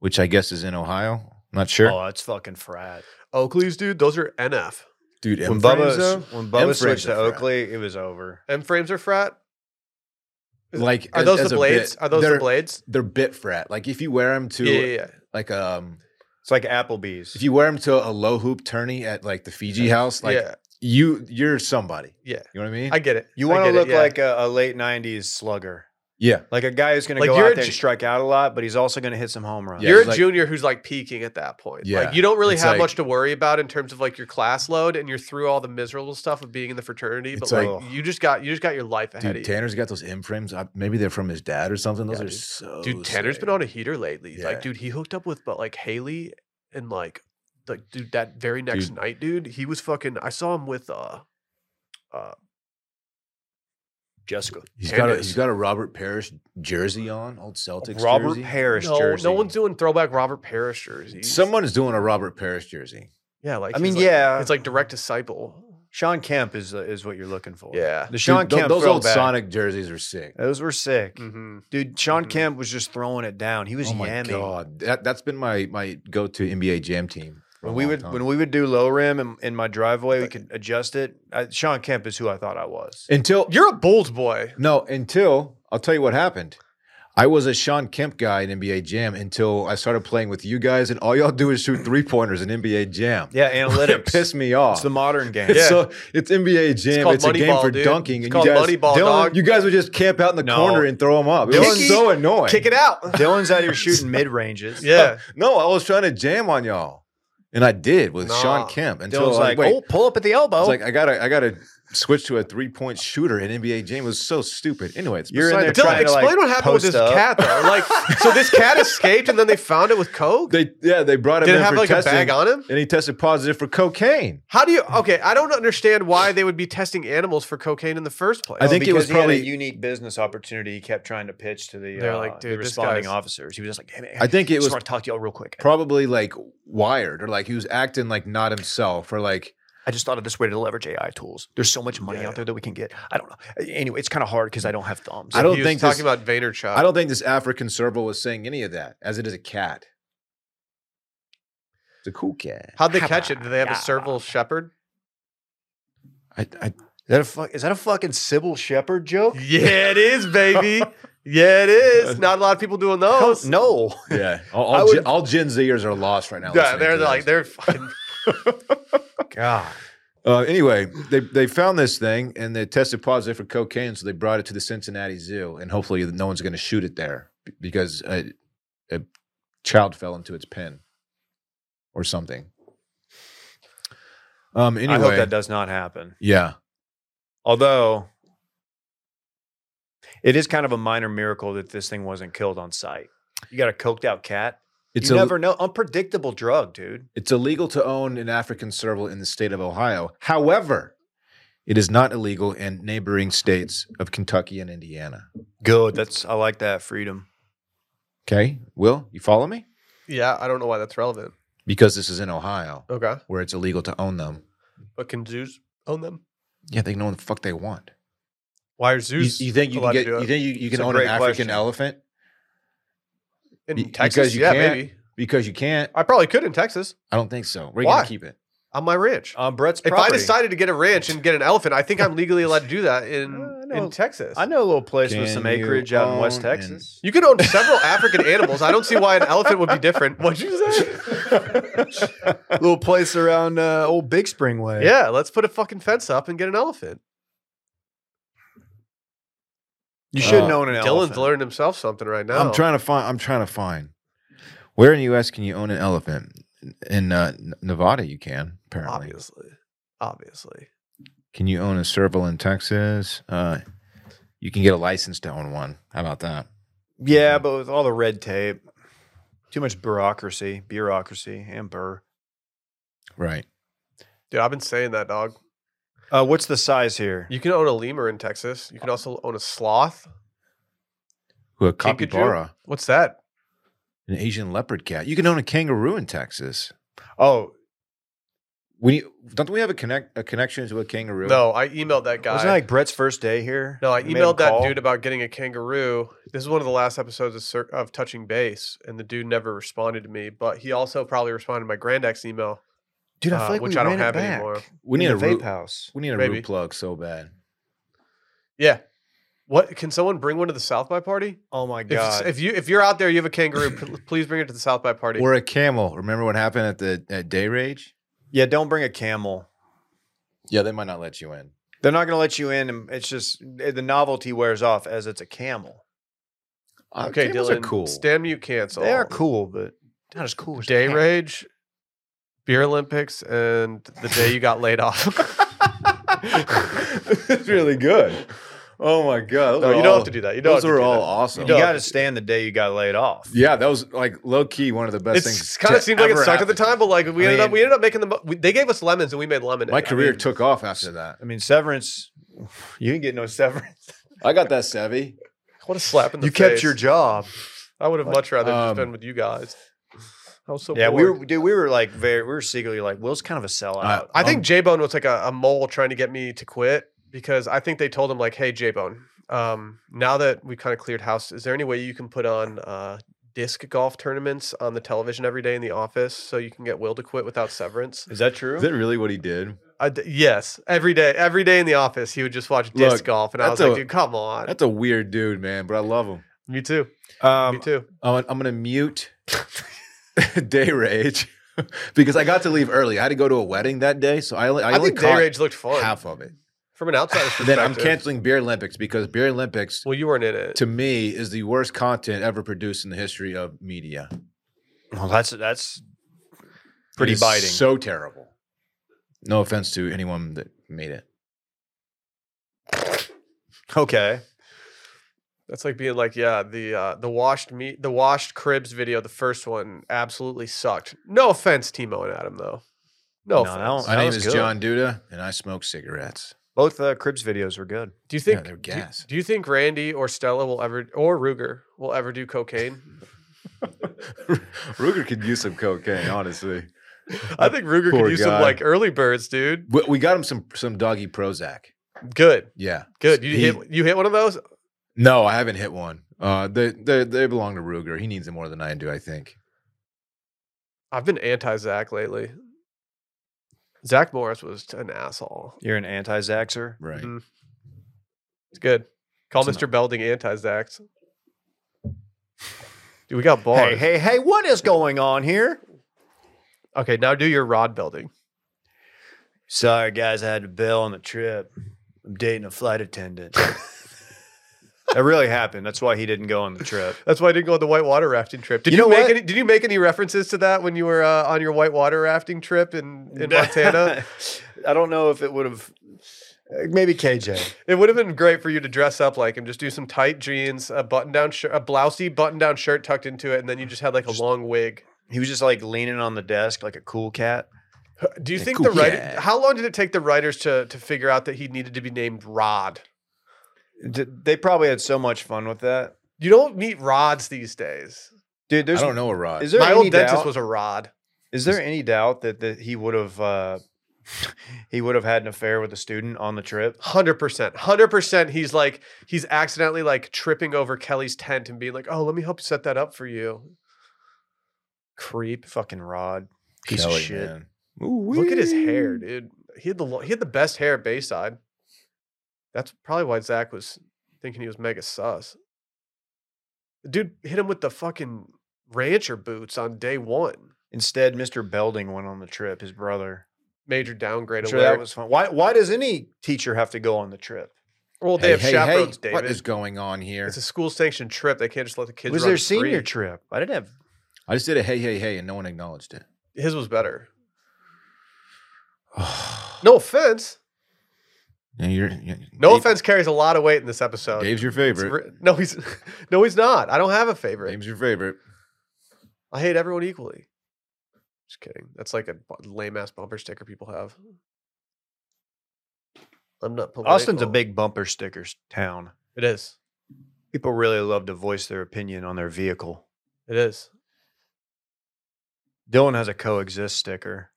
S3: which I guess is in Ohio. Not sure,
S2: Oh, that's fucking fried.
S1: Oakley's, Oh, dude, those are NF.
S3: dude.
S2: When
S3: M-frames,
S2: Bubba
S3: though?
S2: when Bubba
S3: M-frames
S2: switched to
S3: are fried.
S2: Oakley, it was over.
S1: M frames are frat. Is-
S3: like
S1: Are
S3: as-
S1: those
S3: as
S1: the
S3: a
S1: blades?
S3: bit,
S1: Are those
S3: they're,
S1: the blades?
S3: They're bit frat. Like if you wear them to
S1: Yeah, yeah, yeah.
S3: like um,
S2: It's like Applebee's.
S3: if you wear them to a low hoop tourney at like the Fiji house, like
S1: yeah,
S3: you you're somebody.
S1: yeah.
S3: You know what I mean?
S1: I get it.
S2: you
S1: I
S2: want to
S1: get it,
S2: look
S1: yeah.
S2: like a, a late '90s slugger,
S3: yeah,
S2: like a guy who's going
S1: Like
S2: to go
S1: you're a
S2: out there
S1: G-
S2: and strike out a lot, but he's also going to hit some home runs.
S3: Yeah,
S1: You're a
S3: it's like-
S1: junior who's like peaking at that point.
S3: Yeah,
S1: Like you don't really
S3: it's
S1: have
S3: like-
S1: much to worry about in terms of like your class load, and you're through all the miserable stuff of being in the fraternity. But
S3: It's
S1: like,
S3: like-
S1: you just got you just got your life ahead
S3: dude.
S1: of you.
S3: Tanner's got those M frames. Maybe they're from his dad or something. Those
S1: Yeah,
S3: are
S1: dude.
S3: so.
S1: dude, Tanner's been
S3: sick.
S1: on a heater lately.
S3: Oh, Yeah.
S1: Like, dude, he hooked up with but like Haley and like like dude that very next
S3: Dude.
S1: night, dude, he was fucking. I saw him with uh
S2: Jessica
S3: He's got a
S1: Hernandez.
S3: he's got a Robert Parrish jersey on, old Celtics
S2: Robert
S3: jersey.
S2: Parrish
S1: no,
S2: jersey.
S1: no one's doing throwback Robert Parrish jerseys.
S3: Someone is doing a Robert Parrish jersey.
S1: yeah, like
S2: I
S1: he's
S2: mean,
S1: like-
S2: yeah.
S1: it's like direct disciple.
S2: Sean Kemp is uh, is what you're looking for.
S1: Yeah.
S2: the Sean
S3: Dude, tho-
S2: Kemp.
S3: those old
S2: throwback.
S3: Sonic jerseys are sick.
S2: Those were sick,
S1: Mm-hmm.
S2: dude. Sean
S1: Mhm.
S2: Kemp was just throwing it down. He was
S3: oh my
S2: yamming.
S3: god, that that's been my my go to NBA Jam team. for a
S2: When we
S3: long
S2: would
S3: time. Uh,
S2: when we would do low rim in, in my driveway, we could adjust it. I, Sean Kemp is who I thought I was.
S3: until
S1: You're a Bulls boy.
S3: no until I'll tell you what happened. I was a Sean Kemp guy in NBA Jam until I started playing with you guys, and all y'all do is shoot three pointers in NBA Jam.
S2: Yeah,
S3: it
S2: analytics.
S3: pissed me off.
S2: It's the modern game.
S3: It's
S1: Yeah.
S3: so it's NBA Jam.
S1: called
S3: It's, a game
S1: Moneyball,
S3: for
S1: dude.
S3: dunking.
S1: It's
S3: and
S1: called
S3: you guys,
S1: Moneyball,
S3: Dylan,
S1: dog.
S3: You guys would just camp out in the
S2: No.
S3: corner and throw them up. It
S1: Dicky,
S3: was so annoying.
S1: Kick it out.
S2: Dylan's out here shooting mid ranges.
S1: Yeah.
S3: No, I was trying to jam on y'all, and I did with
S1: Nah.
S3: Sean Kemp. Until I
S2: Dylan's
S3: was
S2: like,
S3: like, wait,
S2: oh, pull up at the elbow.
S3: I was like, I gotta, I gotta switch to a three point shooter in NBA Jam. It was so stupid. Anyway, it's
S2: You're in
S3: beside
S2: there
S3: the
S1: Dylan,
S2: trying
S3: point.
S2: to, like,
S1: explain what happened with
S2: post
S1: this
S2: up.
S1: cat though. Like, so this cat escaped and then they found it with coke.
S3: They yeah, they brought him
S1: Did it
S3: in
S1: have
S3: for
S1: like
S3: testing,
S1: a bag on him?
S3: and he tested positive for cocaine.
S1: How do you? Okay, I don't understand why they would be testing animals for cocaine in the first place.
S3: I think it was
S2: Oh, because he
S3: probably
S2: had a unique business opportunity. He kept trying to pitch to the,
S1: They're
S2: uh,
S1: like,
S2: the
S1: "Dude, this
S2: responding
S1: guy's-
S2: officers. He was just like, hey, man,
S3: I think
S2: I
S3: it
S2: just
S3: was
S2: want to talk to y'all real quick.
S3: probably like wired or like he was acting like not himself or like
S2: I just thought of this way to leverage AI tools. There's so much money
S1: Yeah.
S2: out there that we can get. I don't know. Anyway, it's kind of hard because I don't have thumbs.
S3: I
S1: I
S3: don't
S1: don't he
S3: think
S1: was
S3: this-
S1: talking about Vaynerchuk.
S3: I don't think this African serval was saying any of that, as it is a cat. It's a cool cat.
S1: How'd they catch it? Do they have a
S2: Yeah.
S1: serval shepherd?
S3: I, I,
S2: Is that a fuck? Is that a fucking Sybil Shepherd joke?
S1: Yeah, it is, baby. yeah, it is. Not a lot of people doing
S2: Hell
S1: those.
S2: no.
S3: yeah, all,
S2: I
S3: all,
S2: would-
S3: Gen, all Gen Zers are lost right now.
S1: Yeah,
S3: listening
S1: they're
S3: to
S1: like
S3: this.
S1: they're fucking.
S2: God.
S3: Uh, anyway, they they found this thing and they tested positive for cocaine, so they brought it to the Cincinnati Zoo, and hopefully no one's going to shoot it there b- because a, a child fell into its pen or something. Um. Anyway,
S2: I hope that does not happen.
S3: yeah.
S2: Although it is kind of a minor miracle that this thing wasn't killed on site. You got a coked out cat
S3: It's
S2: you
S3: a-
S2: never know. Unpredictable drug, dude.
S3: It's illegal to own an African serval in the state of Ohio. However, it is not illegal in neighboring states of Kentucky and Indiana.
S2: Good. That's I like that freedom.
S3: Okay, Will, you follow me?
S1: Yeah, I don't know why that's relevant.
S3: Because this is in Ohio,
S1: Okay,
S3: where it's illegal to own them.
S1: but can zoos own them?
S3: Yeah, they know what the fuck they want.
S1: Why are
S3: You,
S1: zoos?
S3: you think you
S1: allowed
S3: can get?
S1: to do
S3: You
S1: it?
S3: think you, you
S2: It's
S3: can
S2: a
S3: own an
S2: great
S3: African
S2: question.
S3: elephant?
S1: in
S3: be-
S1: Texas?
S3: because you
S1: yeah,
S3: can't.
S1: maybe.
S3: Because you can't.
S1: I probably could in Texas
S3: I don't think so. We're
S1: Why?
S3: gonna keep it.
S1: on my
S3: Oh,
S1: ranch.
S2: On Brett's
S1: if
S2: property.
S1: I decided to get a ranch and get an elephant, I think I'm legally allowed to do that in
S2: Uh, no.
S1: in Texas.
S2: I know a little place with
S3: Can
S2: some
S3: you
S2: acreage out in West
S3: own an-
S2: Texas.
S1: You can own several African animals. I don't see why an elephant would be different. What'd you say?
S2: little place around uh, old Big Spring Way.
S1: yeah, let's put a fucking fence up and get an elephant.
S2: You shouldn't
S3: Uh,
S2: own an
S1: Dylan's
S2: elephant.
S1: learning himself something right now.
S3: I'm trying to find. I'm trying to find. Where in the U.S. can you own an elephant? In uh, N- Nevada, you can apparently.
S1: Obviously, obviously.
S3: Can you own a serval in Texas? Uh, you can get a license to own one. How about that?
S2: Yeah, but with all the red tape, too much bureaucracy, bureaucracy, and burr.
S3: Right.
S1: Dude, I've been saying that, dog.
S2: Uh, what's the size here?
S1: You can own a lemur in Texas. You can also own a sloth.
S3: Who a
S1: Kinkajou?
S3: capybara,
S1: What's that?
S3: an Asian leopard cat. You can own a kangaroo in Texas.
S2: Oh,
S3: We don't we have a connect a connection to a kangaroo?
S1: No, I emailed that guy.
S2: wasn't that like Brett's first day here?
S1: No, I
S2: You made him
S1: emailed that
S2: call?
S1: dude about getting a kangaroo. This is one of the last episodes of, Cir- of Touching Base, and the dude never responded to me. But he also probably responded to my grand ex email.
S2: Dude, I feel
S1: uh,
S2: like
S1: which
S2: we
S1: I don't
S2: ran it
S1: have
S2: back
S1: anymore.
S3: we need
S2: in
S3: a
S2: the vape
S3: root,
S2: house.
S3: we need a
S1: Maybe.
S3: root plug so bad.
S1: Yeah, what can someone bring one to the South by party?
S2: Oh my
S1: If, it's-
S2: god!
S1: if you if you're out there, you have a kangaroo. pl- please bring it to the South by party.
S3: Or a camel. Remember what happened at the at Day Rage?
S2: yeah, don't bring a camel.
S3: Yeah, they might not let you in.
S2: They're not going to let you in. and It's just eh, the novelty wears off as it's a camel.
S3: Uh,
S1: okay,
S3: camels
S1: Dylan.
S3: are cool.
S1: Stand mute cancel.
S2: They are cool, but not as cool as
S1: Day
S2: camel.
S1: rage, beer Olympics, and the day you got laid off.
S3: It's really good. Oh my god!
S1: no, you don't have to do that. You don't.
S3: Oh, Those
S1: have to
S3: are
S1: do
S3: all
S1: that.
S3: awesome.
S2: You
S1: don't-
S2: got to stand the day you got laid off.
S3: Yeah, that was like low key one of the best
S1: It's-
S3: things.
S1: It's kind of
S3: to
S1: seemed like it
S3: ever
S1: sucked at the
S3: happen.
S1: time, but like we ended up
S2: mean-
S1: we ended up making the mo- we, they gave us lemons and we made lemonade.
S3: My career
S2: mean-
S3: took off after that.
S2: I mean, severance. You didn't get no severance.
S3: I got that savvy.
S1: What a slap in the
S2: You
S1: face!
S2: kept your job.
S1: I would have much rather
S3: um,
S1: just been with you guys. I was so
S2: yeah, we
S1: bored.
S2: were, dude. We were like very. We were secretly like, Will's kind of a sellout.
S3: Uh,
S1: I think J Bone was like a, a mole trying to get me to quit because I think they told him like, "Hey, J Bone, um, now that we kind of cleared house, is there any way you can put on uh, disc golf tournaments on the television every day in the office so you can get Will to quit without severance?"
S2: Is that true?
S3: Is that really what he did?
S1: I d yes, every day, every day in the office, he would just watch disc
S3: Look,
S1: golf, and I was
S3: that's
S1: like,
S3: a-
S1: "Dude, come on."
S3: That's a weird dude, man. But I love him.
S1: Me too.
S2: um,
S1: Me too.
S3: I'm, I'm gonna mute day rage because I got to leave early. I had to go to a wedding that day, so I only I,
S1: I,
S3: only
S1: think Day
S3: caught
S1: Rage looked fun
S3: half of it.
S1: from an outsider's
S3: And
S1: perspective.
S3: then I'm canceling Beer Olympics because Beer Olympics
S1: Well, you weren't in it.
S3: to me is the worst content ever produced in the history of media.
S2: well, that's that's
S3: It
S2: pretty
S3: is
S2: biting.
S3: So terrible. No offense to anyone that made it.
S2: okay.
S1: That's like being like, yeah, the uh, the washed meat, the washed cribs video, the first one absolutely sucked. No offense, Timo and Adam, though. No,
S2: No, I
S1: offense.
S2: don't-
S3: My
S2: That
S3: name
S2: was
S3: is
S2: good.
S3: John Duda, and I smoke cigarettes.
S2: Both uh, Cribs videos were good.
S1: Do you
S3: Yeah,
S1: think
S3: they're
S1: do you-
S3: gas.
S1: Do, you think Randy or Stella will ever or Ruger will ever do cocaine?
S3: Ruger could use some cocaine, honestly.
S1: I think Ruger
S3: Poor
S1: could use
S3: guy.
S1: some like early birds, dude.
S3: We, we got him some some doggy Prozac.
S1: Good,
S3: Yeah.
S1: good. You
S3: He-
S1: hit you hit one of those.
S3: No, I haven't hit one. Uh, they they they belong to Ruger. He needs it more than I do. I think.
S1: I've been anti Zach lately. Zach Morris was an asshole.
S2: You're an anti-Zaxer.
S3: Right.
S1: Mhm. It's good. Call
S2: It's
S1: Mr. Belding anti Zax. Dude, we got bars.
S2: Hey, hey, hey! What is going on here?
S1: Okay, now do your rod building.
S2: Sorry, guys, I had to bail on the trip. I'm dating a flight attendant. that really happened. That's why he didn't go on the trip.
S1: That's why I didn't go on the whitewater rafting trip. Did
S2: You
S1: you,
S2: know
S1: make
S2: what?
S1: any? Did you make any references to that when you were uh, on your whitewater rafting trip in, in Montana?
S2: I don't know if it would have. Maybe KJ.
S1: It would have been great for you to dress up like him. Just do some tight jeans, a button-down shirt, a blousey button-down shirt tucked into it, and then you just had like a
S2: Just-
S1: long wig.
S2: He was just like leaning on the desk like a cool cat.
S1: Do you
S3: Yeah,
S1: think
S3: cool.
S1: the writer?
S3: Yeah.
S1: How long did it take the writers to to figure out that he needed to be named Rod?
S2: D- They probably had so much fun with that.
S1: You don't meet Rods these days.
S2: Dude, there's
S3: I don't know a Rod.
S2: Is there
S1: My
S2: any
S1: old dentist
S2: doubt?
S1: was a Rod.
S2: Is there any doubt that, that he would have uh, he would have had an affair with a student on the trip?
S1: Hundred percent, hundred percent. He's like he's accidentally like tripping over Kelly's tent and being like, "Oh, let me help set that up for you." Creep.
S2: Fucking Rod, piece
S3: Kelly,
S2: of shit.
S3: man.
S1: Look at his hair, dude. He had the lo- he had the best hair at Bayside. That's probably why Zach was thinking he was mega sus. Dude hit him with the fucking rancher boots on day one.
S2: Instead, Mr. Belding went on the trip. His brother.
S1: Major downgrade alert.
S2: I'm sure that was fun. Why? Why does any teacher have to go on the trip?
S1: well, they
S3: Hey,
S1: have
S3: hey,
S1: chaperones,
S3: hey,
S1: David.
S3: What is going on here?
S1: it's a school sanctioned trip. They can't just let the kids.
S2: It was
S1: run
S2: their senior
S1: free.
S2: trip. I didn't have.
S3: I just did a hey, hey, hey, and no one acknowledged it.
S1: His was better. No offense.
S3: Yeah, you're, you
S1: No offense carries a lot of weight in this episode.
S3: Dave's your
S1: It's
S3: favorite.
S1: re- no, he's no, he's not. I don't have a favorite.
S3: Dave's your favorite.
S1: I hate everyone equally. Just kidding. That's like a lame ass bumper sticker people have. I'm not. Political.
S2: Austin's a big bumper stickers town.
S1: It is.
S2: People really love to voice their opinion on their vehicle.
S1: It is.
S2: Dylan has a coexist sticker.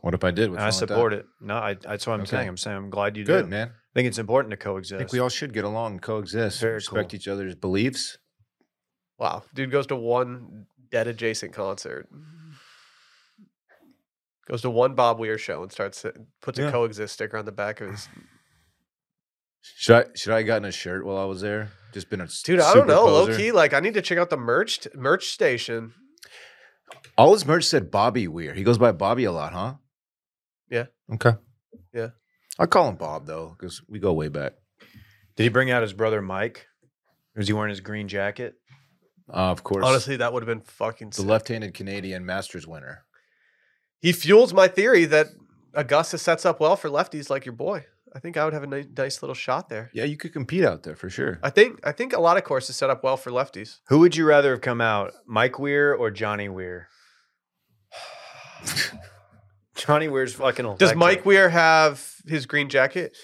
S3: What if I did? What's
S2: and I
S3: wrong with that?
S2: support it. No, I, that's what I'm
S3: Okay.
S2: saying. I'm saying I'm glad you
S3: Good
S2: do.
S3: man.
S2: I think it's important to
S3: I
S2: coexist.
S3: think we all should get along and coexist.
S2: Very
S3: respect
S2: cool.
S3: each other's beliefs.
S1: Wow. Dude goes to one dead adjacent concert. Goes to one Bob Weir show and starts to, puts a
S2: Yeah.
S1: coexist sticker on the back of his.
S3: Should I should I have gotten a shirt while I was there? Just been a s-
S1: Dude, I don't
S3: super
S1: know. Low
S3: poser.
S1: key, like I need to check out the merch t- merch station.
S3: All his merch said Bobby Weir. He goes by Bobby a lot, huh?
S1: Yeah.
S3: Okay.
S1: Yeah.
S3: I call him Bob though, because we go way back.
S2: Did he bring out his brother Mike? Was he wearing his green jacket?
S3: Uh, of course.
S1: Honestly, that would have been fucking.
S3: the
S1: sick.
S3: left-handed Canadian Masters winner.
S1: he fuels my theory that Augusta sets up well for lefties like your boy. I think I would have a ni- nice little shot there.
S3: Yeah, you could compete out there for sure.
S1: I think I think a lot of courses set up well for lefties.
S2: Who would you rather have come out, Mike Weir or Johnny Weir? Johnny Weir's fucking.
S1: Does
S2: electric.
S1: Mike Weir have his green jacket?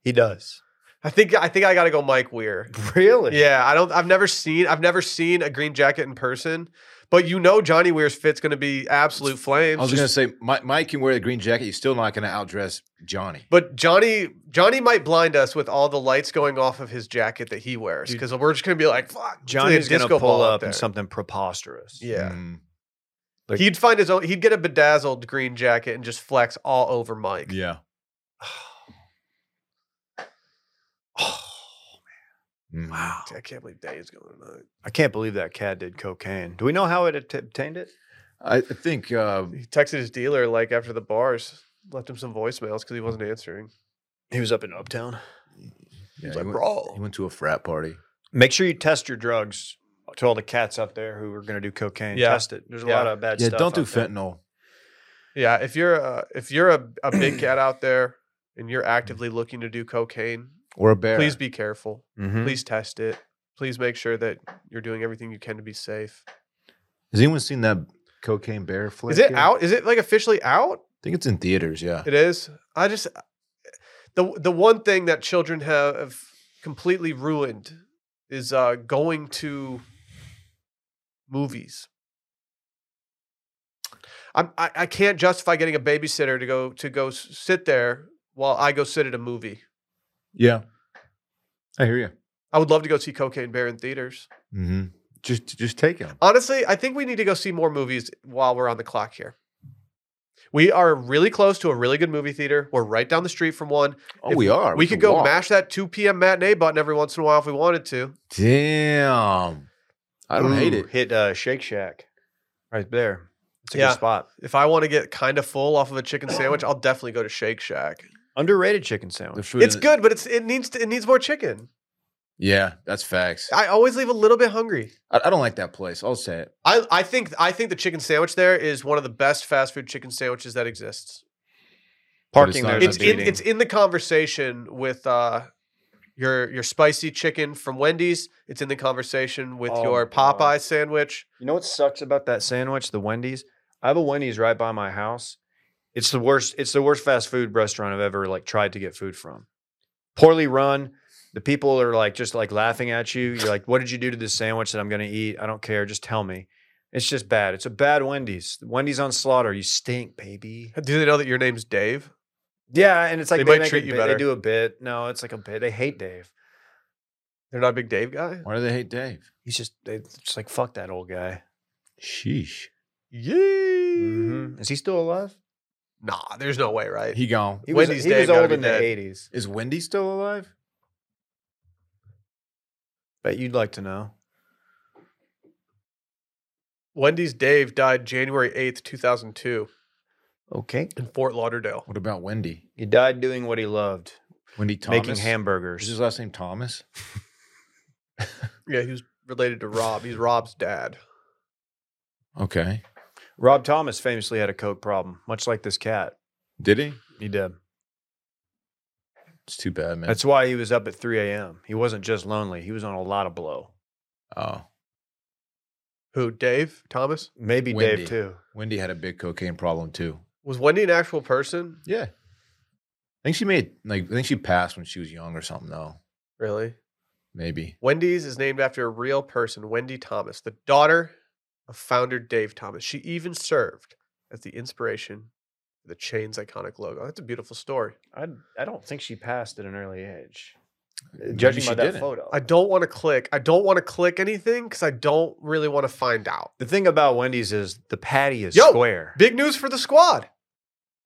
S2: He does.
S1: I think I think I got to go Mike Weir.
S2: Really? Yeah.
S1: Yeah, I don't. I've never seen. I've never seen a green jacket in person, but you know Johnny Weir's fit's going to be absolute flames.
S3: I was gonna say Mi- Mike can wear the green jacket. He's still not gonna outdress Johnny.
S1: but Johnny Johnny might blind us with all the lights going off of his jacket that he wears
S2: Dude.
S1: because we're just going to be like, "Fuck, it's like a
S2: Johnny's gonna
S1: disco
S2: pull
S1: ball
S2: up
S1: there."
S2: in something preposterous.
S1: Yeah.
S3: Mm,
S2: Like-
S1: he'd find his own. He'd get a bedazzled green jacket and just flex all over Mike.
S3: yeah. Mm.
S2: Wow.
S1: I can't believe Dave's going tonight.
S2: I can't believe that cat did cocaine. Do we know how it at- obtained it?
S3: I I think uh,
S1: He texted his dealer like after the bars, left him some voicemails because he wasn't answering.
S2: He was up in Uptown.
S3: yeah,
S1: He's
S3: he,
S1: like,
S3: went,
S1: bro,
S3: he went to a frat party.
S2: Make sure you test your drugs to all the cats out there who are going to do cocaine.
S1: Yeah.
S2: Test it. There's a
S1: Yeah.
S2: lot of bad
S3: yeah,
S2: stuff.
S3: don't do
S2: out there.
S3: fentanyl.
S1: yeah. If you're a, if you're a, a big cat out there and you're actively looking to do cocaine,
S3: Or a bear.
S1: please be careful.
S3: Mm-hmm.
S2: Mhm.
S1: Please test it. Please make sure that you're doing everything you can to be safe.
S3: Has anyone seen that cocaine bear flick?
S1: Is it
S3: yet?
S1: out? Is it like officially out?
S3: I think it's in theaters. Yeah.
S1: It is. I just the the one thing that children have completely ruined is uh going to movies. I'm, I I can't justify getting a babysitter to go to go s- sit there while I go sit at a movie.
S3: Yeah. I hear you.
S1: I would love to go see Cocaine Bear in theaters.
S3: Mm-hmm. Just just take him.
S1: Honestly, I think we need to go see more movies while we're on the clock here. We are really close to a really good movie theater. We're right down the street from one.
S3: Oh,
S1: If
S3: we are.
S1: we
S3: can
S1: could go
S3: walk.
S1: mash that 2 p.m. matinee button every once in a while if we wanted to.
S3: Damn. I don't hate
S2: Ooh,
S3: it.
S2: Hit uh, Shake Shack right there. It's a
S1: Yeah.
S2: good spot.
S1: If I want to get kind of full off of a chicken sandwich, I'll definitely go to Shake Shack.
S2: Underrated chicken
S3: The
S2: sandwich.
S3: food
S1: It's
S3: in-
S1: good, but it's it needs to, it needs more chicken.
S3: Yeah, that's facts.
S1: I always leave a little bit hungry.
S3: I, I don't like that place. I'll say it.
S1: I, I think I think the chicken sandwich there is one of the best fast food chicken sandwiches that exists.
S3: it's
S2: Parking
S3: not
S2: there
S3: an
S2: is
S1: It's
S2: a
S1: in,
S2: beating.
S1: it's in the conversation with uh, your your spicy chicken from Wendy's. It's in the conversation with
S2: Oh
S1: your
S2: my God.
S1: Popeye sandwich.
S2: You know what sucks about that sandwich, the Wendy's? I have a Wendy's right by my house. It's the worst. It's the worst fast food restaurant I've ever like tried to get food from. Poorly run. The people are like just like laughing at you. You're like, "What did you do to this sandwich that I'm going to eat? I don't care. Just tell me." It's just bad. It's a bad Wendy's. Wendy's on slaughter. You stink, baby.
S1: Do they know that your name's Dave?
S2: Yeah, and it's like
S1: They might
S2: make a
S1: treat you
S2: bit-
S1: better.
S2: They do a bit. No, it's like a bit. They hate Dave.
S1: They're not a big Dave guy.
S3: Why do they hate Dave?
S2: He's just they just like fuck that old guy.
S3: Sheesh.
S1: Yeah.
S2: Mhm. Is he still alive?
S1: Nah, there's no way, right?
S3: He gone.
S2: He was,
S1: Wendy's
S2: he was
S1: Dave gotta
S2: old
S1: be
S2: in the
S1: dead.
S2: '80s.
S3: Is Wendy still alive?
S2: Bet you'd like to know.
S1: Wendy's Dave died January 8th, 2002
S2: Okay.
S1: in Fort Lauderdale.
S3: What about Wendy?
S2: He died doing what he loved,
S3: Wendy Thomas.
S2: making
S3: Is
S2: hamburgers.
S3: his last name Thomas?
S1: Yeah, he was related to Rob. He's Rob's dad.
S3: Okay.
S2: Rob Thomas famously had a coke problem, much like this cat.
S3: Did he?
S2: He did.
S3: It's too bad, man.
S2: That's why he was up at 3 a.m. He wasn't just lonely; he was on a lot of blow.
S3: oh.
S1: Who? Dave Thomas?
S2: Maybe
S3: Wendy.
S2: Dave too.
S3: Wendy had a big cocaine problem too.
S1: Was Wendy an actual person?
S3: Yeah. I think she made like I think she passed when she was young or something though.
S1: Really?
S3: Maybe.
S1: Wendy's is named after a real person, Wendy Thomas, the daughter of founder Dave Thomas. She even served as the inspiration for the chain's iconic logo. That's a beautiful story.
S2: I I don't think she passed at an early age. Uh,
S3: Maybe
S2: Judging
S3: she
S2: by that
S3: didn't.
S2: photo,
S1: I don't want to click. I don't want to click anything because I don't really want to find out.
S2: the thing about Wendy's is the patty is
S1: Yo!
S2: square.
S1: Big news for the squad.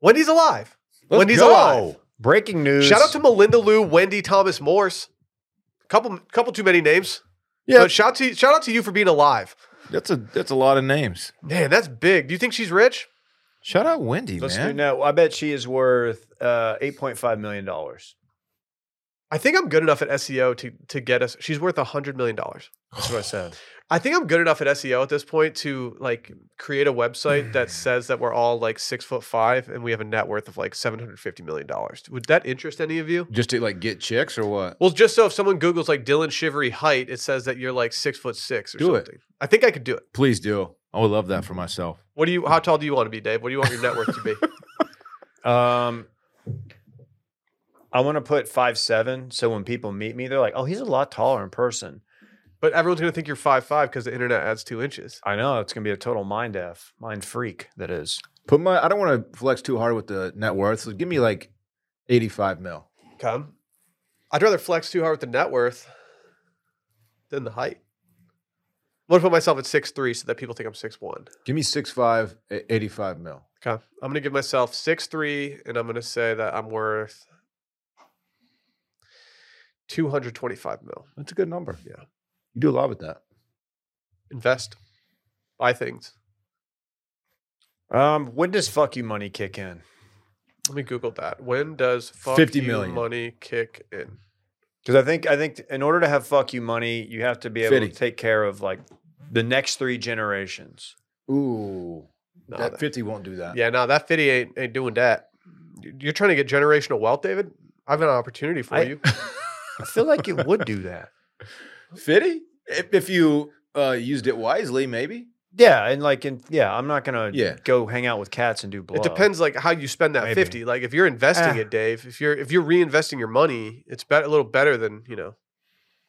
S1: Wendy's alive. Wendy's alive.
S2: Breaking news!
S1: Shout out to Melinda Lou, Wendy Thomas Morse. Couple couple too many names.
S3: Yeah.
S1: But shout to shout out to you for being alive.
S3: That's a that's a lot of names.
S1: Man, that's big. Do you think she's rich?
S3: Shout out Wendy,
S2: Let's do
S3: man.
S2: no. I bet she is worth uh, 8.5 million dollars.
S1: I think I'm good enough at SEO to to get us. She's worth a hundred million dollars.
S2: That's what I said.
S1: I think I'm good enough at SEO at this point to like create a website that says that we're all like six foot five and we have a net worth of like seven hundred fifty million dollars. Would that interest any of you?
S3: Just to like get chicks or what?
S1: Well, just so if someone Google's like Dylan Shivery height, it says that you're like six foot six or
S3: Do it.
S1: something. I think I could do it.
S3: Please do. I would love that for myself.
S1: What do you? How tall do you want to be, Dave? What do you want your net worth to be?
S2: Um, I want to put five seven, so when people meet me, they're like, "Oh, he's a lot taller in person."
S1: But everyone's gonna think you're five five because the internet adds two inches.
S2: I know it's gonna be a total mind f, mind freak. That is.
S3: Put my I don't want to flex too hard with the net worth. So give me like 85 mil.
S1: Come, I'd rather flex too hard with the net worth than the height. I'm gonna put myself at six three so that people think I'm six one.
S3: Give me 6'5, eh, 85 mil.
S1: Okay, I'm gonna give myself six three, and I'm gonna say that I'm worth two hundred twenty five mil.
S3: That's a good number.
S1: Yeah.
S3: You do a lot with that.
S1: Invest, buy things.
S2: Um, when does fuck you money kick in?
S1: Let me Google that. When does fuck
S3: 50
S1: you
S3: million.
S1: money kick in?
S2: Because I think I think in order to have fuck you money, you have to be able
S3: Fitty.
S2: to take care of like the next three generations.
S3: Ooh.
S1: No,
S3: that
S1: that-
S3: 50 won't do that.
S1: yeah, no, that fifty ain't ain't doing that. You- You're trying to get generational wealth, David. I've got an opportunity for
S2: I-
S1: you.
S2: I feel like it would do that.
S3: 50? If, if you uh, used it wisely, maybe.
S2: Yeah, and like in yeah, I'm not gonna
S3: Yeah.
S2: go hang out with cats and do blow.
S1: It depends like how you spend that
S2: Maybe.
S1: fifty. Like if you're investing
S2: Ah.
S1: it, Dave, if you're if you're reinvesting your money, it's bet- a little better than you know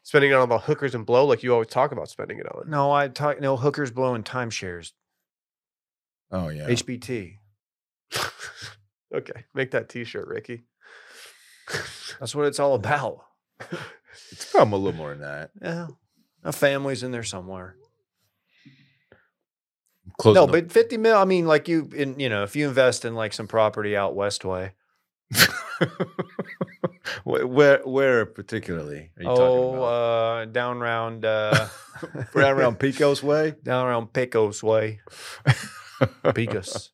S1: spending it on the hookers and blow like you always talk about spending it on.
S2: No, I talk no hookers blowing timeshares.
S3: Oh, yeah.
S2: HBT.
S1: Okay, make that T-shirt, Ricky.
S2: That's what it's all about.
S3: it's probably a little more than that.
S2: Yeah. A family's in there somewhere.
S3: Close
S2: no, but 50 mil, I mean, like you in, you know, if you invest in like some property out west way.
S3: where, where, where particularly are you talking
S2: Oh,
S3: about?
S2: uh, down round uh
S3: Right around Pico's way?
S2: down around Pecos way. Pecos.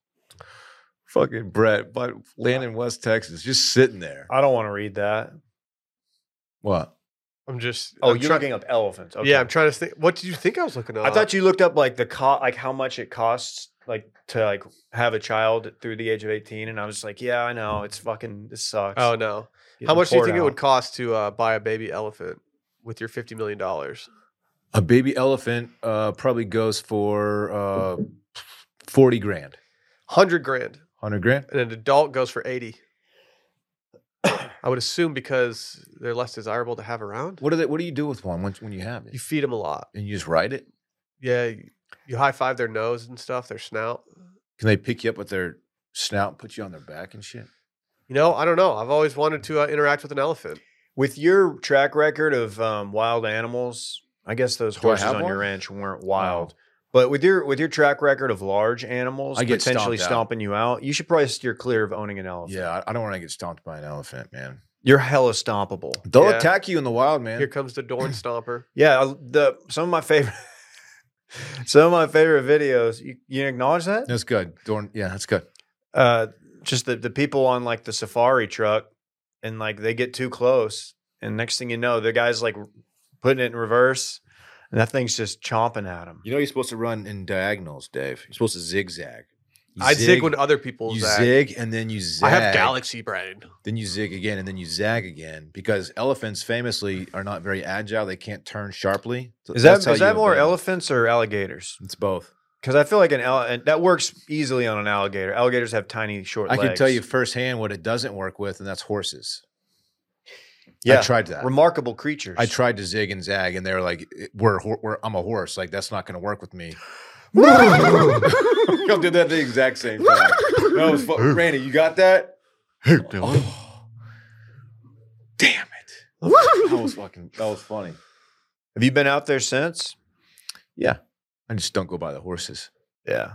S3: Fucking Brett, but land in West Texas, just sitting there.
S2: I don't want to read that.
S3: Uh, What?
S1: I'm just.
S2: Oh,
S1: I'm
S2: you're
S1: try-
S2: looking up elephants. Okay.
S1: Yeah, I'm trying to think. What did you think I was looking at?
S2: I thought you looked up like the co- like how much it costs like to like have a child through the age of 18 and I was just like, yeah, I know, it's fucking this sucks.
S1: Oh no! How
S2: Getting
S1: much do you
S2: poured
S1: think it
S2: out.
S1: would cost to uh, buy a baby elephant with your fifty million dollars?
S3: A baby elephant uh, probably goes for uh, forty grand,
S1: Hundred grand,
S3: hundred grand.
S1: and an adult goes for eighty. I would assume because they're less desirable to have around.
S3: What do they? What do you do with one once when you have it?
S1: You feed them a lot.
S3: and you just ride it.
S1: Yeah, you- you high five their nose and stuff, their snout.
S3: Can they pick you up with their snout, and put you on their back and shit?
S1: You know, I don't know. I've always wanted to uh, interact with an elephant.
S2: With your track record of um, wild animals, I guess those
S3: I
S2: horses
S3: have
S2: on your
S3: one?
S2: ranch weren't wild. But with your with your track record of large animals
S3: I get
S2: potentially
S3: stomped out.
S2: stomping you out, you should probably steer clear of owning an elephant.
S3: Yeah, I- I don't want to get stomped by an elephant, man.
S2: You're hella stompable.
S3: They'll
S1: Yeah.
S3: attack you in the wild, man.
S1: Here comes the Dorn Stomper.
S2: Yeah, I- the some of my favorite some of my favorite videos. You, you acknowledge that?
S3: that's good. Dorn, yeah, that's good.
S2: Uh, just the the people on like the safari truck, and like they get too close, and next thing you know, the guy's like putting it in reverse, and that thing's just chomping at him.
S3: You know you're supposed to run in diagonals, Dave. You're supposed to zigzag. You
S1: I'd zig when other people
S3: you
S1: zag.
S3: zig and then you zag.
S1: I have galaxy brain.
S3: Then you zig again and then you zag again because elephants famously are not very agile. They can't turn sharply. So
S2: Is that
S3: that's how
S2: is
S3: you
S2: that more
S3: evade 'em.
S2: elephants or alligators?
S3: It's both.
S2: Because I feel like an ele- and that works easily on an alligator. Alligators have tiny short
S3: I
S2: legs.
S3: can tell you firsthand what it doesn't work with, and that's horses.
S2: yeah,
S3: I tried that.
S2: remarkable creatures.
S3: I tried to zig and zag, and they were like, "Eh, "We're, hor- we're I'm a horse. Like that's not going to work with me." Y'all did that at the exact same time. That was fu- Randy, you got that? Oh. Damn it! That was fucking. That was funny.
S2: Have you been out there since?
S3: I just don't go by the horses
S2: Yeah,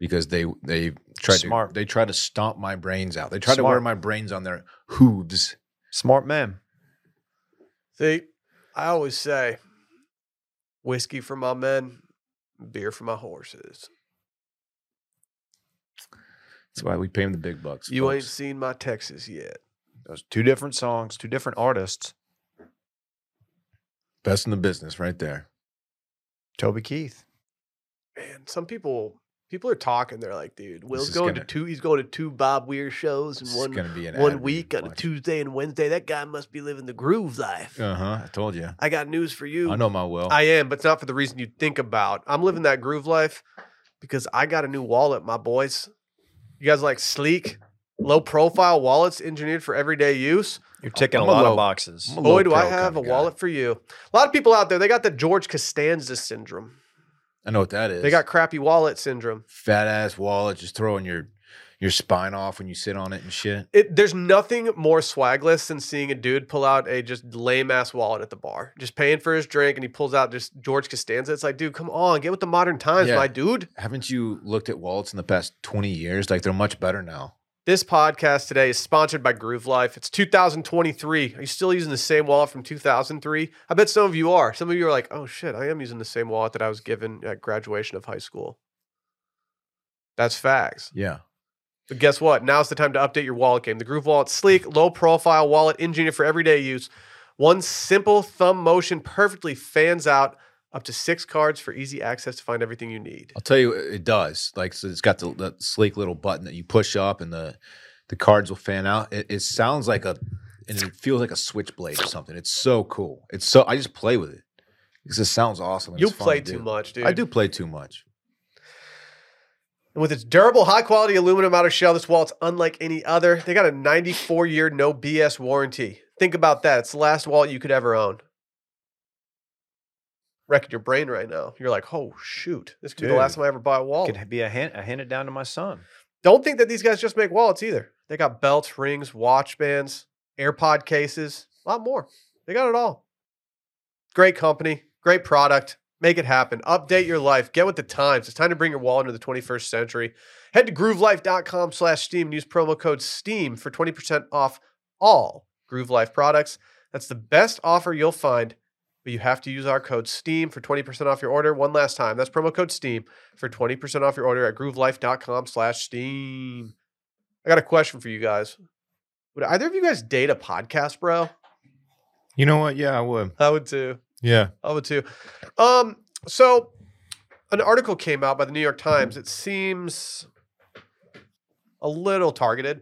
S3: because they they tried
S2: Smart.
S3: to they try to stomp my brains out. They try to wear
S2: Smart.
S3: my brains on their hooves.
S2: smart man.
S1: See, I always say whiskey for my men, beer for my horses.
S3: That's why we pay them the big bucks.
S1: You ain't
S3: folks.
S1: seen my Texas yet.
S2: Those two different songs, two different artists.
S3: best in the business, right there.
S2: Toby Keith.
S1: Man, some people people are talking. They're like, dude, Will's
S3: is
S1: going to
S3: gonna-
S1: two he's going to two Bob Weir shows in
S3: It's
S1: one
S3: gonna be an
S1: one
S3: ad
S1: week
S3: read.
S1: on a Tuesday and Wednesday. That guy must be living the groove life.
S3: Uh huh. I told you.
S1: I got news for you.
S3: I know my will.
S1: I am, but it's not for the reason you think about. I'm living that groove life because I got a new wallet, my boys. You guys like sleek, low profile wallets engineered for everyday use?
S2: You're ticking
S3: I'm
S2: a
S3: a
S2: lot
S3: low-
S2: of boxes.
S3: I'm a
S1: Boy,
S3: low
S1: do I
S3: pro
S1: have
S3: kinda
S1: a
S3: guy.
S1: wallet for you. A lot of people out there, they got the George Costanza syndrome.
S3: I know what that is.
S1: They got crappy wallet syndrome.
S3: fat ass wallet just throwing your your spine off when you sit on it and shit.
S1: It, there's nothing more swagless than seeing a dude pull out a just lame ass wallet at the bar, just paying for his drink, and he pulls out just George Costanza. It's like, dude, come on, get with the modern times,
S3: Yeah.
S1: my dude.
S3: Haven't you looked at wallets in the past 20 years? Like they're much better now.
S1: This podcast today is sponsored by Groove Life. It's 2023. Are you still using the same wallet from 2003? I bet some of you are. Some of you are like, oh shit, I am using the same wallet that I was given at graduation of high school. That's facts.
S3: Yeah.
S1: But guess what? Now's the time to update your wallet game. The Groove Wallet's sleek, low profile wallet engineered for everyday use. One simple thumb motion perfectly fans out up to six cards for easy access to find everything you need.
S3: I'll tell you it does. Like so it's got the, the sleek little button that you push up and the the cards will fan out. It, it sounds like a and it feels like a switchblade or something. It's so cool. It's so I just play with it. Because it sounds awesome. and
S1: You
S3: it's fun
S1: play
S3: to
S1: too
S3: do.
S1: much, dude.
S3: I do play too much.
S1: And with its durable, high quality aluminum outer shell, this wallet's unlike any other. They got a 94 year no BS warranty. Think about that. It's the last wallet you could ever own. Wrecking your brain right now. You're like, oh, shoot. This could be the last
S2: Dude.
S1: time I ever buy a wallet.
S2: Could be a hand, I hand it down to my son.
S1: Don't think that these guys just make wallets either. They got belts, rings, watch bands, AirPod cases, a lot more. They got it all. Great company, great product. Make it happen. Update your life. Get with the times. It's time to bring your wallet into the 21st century. Head to groovelife.com slash steam and use promo code STEAM for 20% off all Groove Life products. That's the best offer you'll find, but you have to use our code STEAM for 20% off your order. One last time, that's promo code STEAM for 20% off your order at groovelife.com slash steam. I got a question for you guys. Would either of you guys date a podcast, bro?
S3: You know what? Yeah, I would.
S1: I would too.
S3: Yeah.
S1: I would too. Um, so an article came out by the New York Times. It seems a little targeted.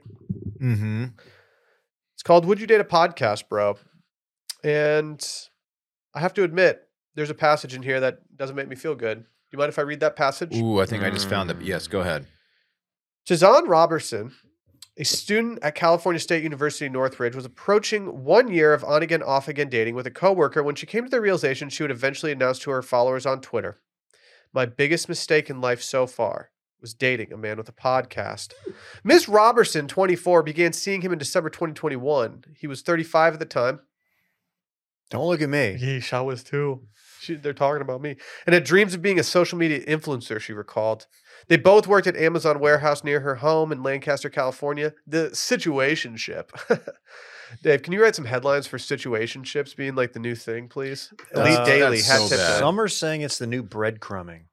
S3: Mm-hmm.
S1: It's called Would You Date a Podcast, Bro? And I have to admit, there's a passage in here that doesn't make me feel good. Do you mind if I read that passage?
S3: Ooh, I think I just found it. Yes, go ahead.
S1: Jazan Robertson, a student at California State University Northridge, was approaching one year of on again, off again dating with a coworker when she came to the realization she would eventually announce to her followers on Twitter My biggest mistake in life so far was dating a man with a podcast. Ms. Robertson, 24, began seeing him in December 2021. He was 35 at the time.
S2: Don't look at me.
S1: Yeesh, I was too. She, they're talking about me. And had dreams of being a social media influencer, she recalled. They both worked at Amazon warehouse near her home in Lancaster, California. The situationship. Dave, can you write some headlines for situationships being like the new thing, please? Elite
S3: Uh,
S1: Daily.
S3: that's
S1: Hat
S3: so
S1: tip
S3: bad.
S1: to
S2: Some are saying it's the new breadcrumbing.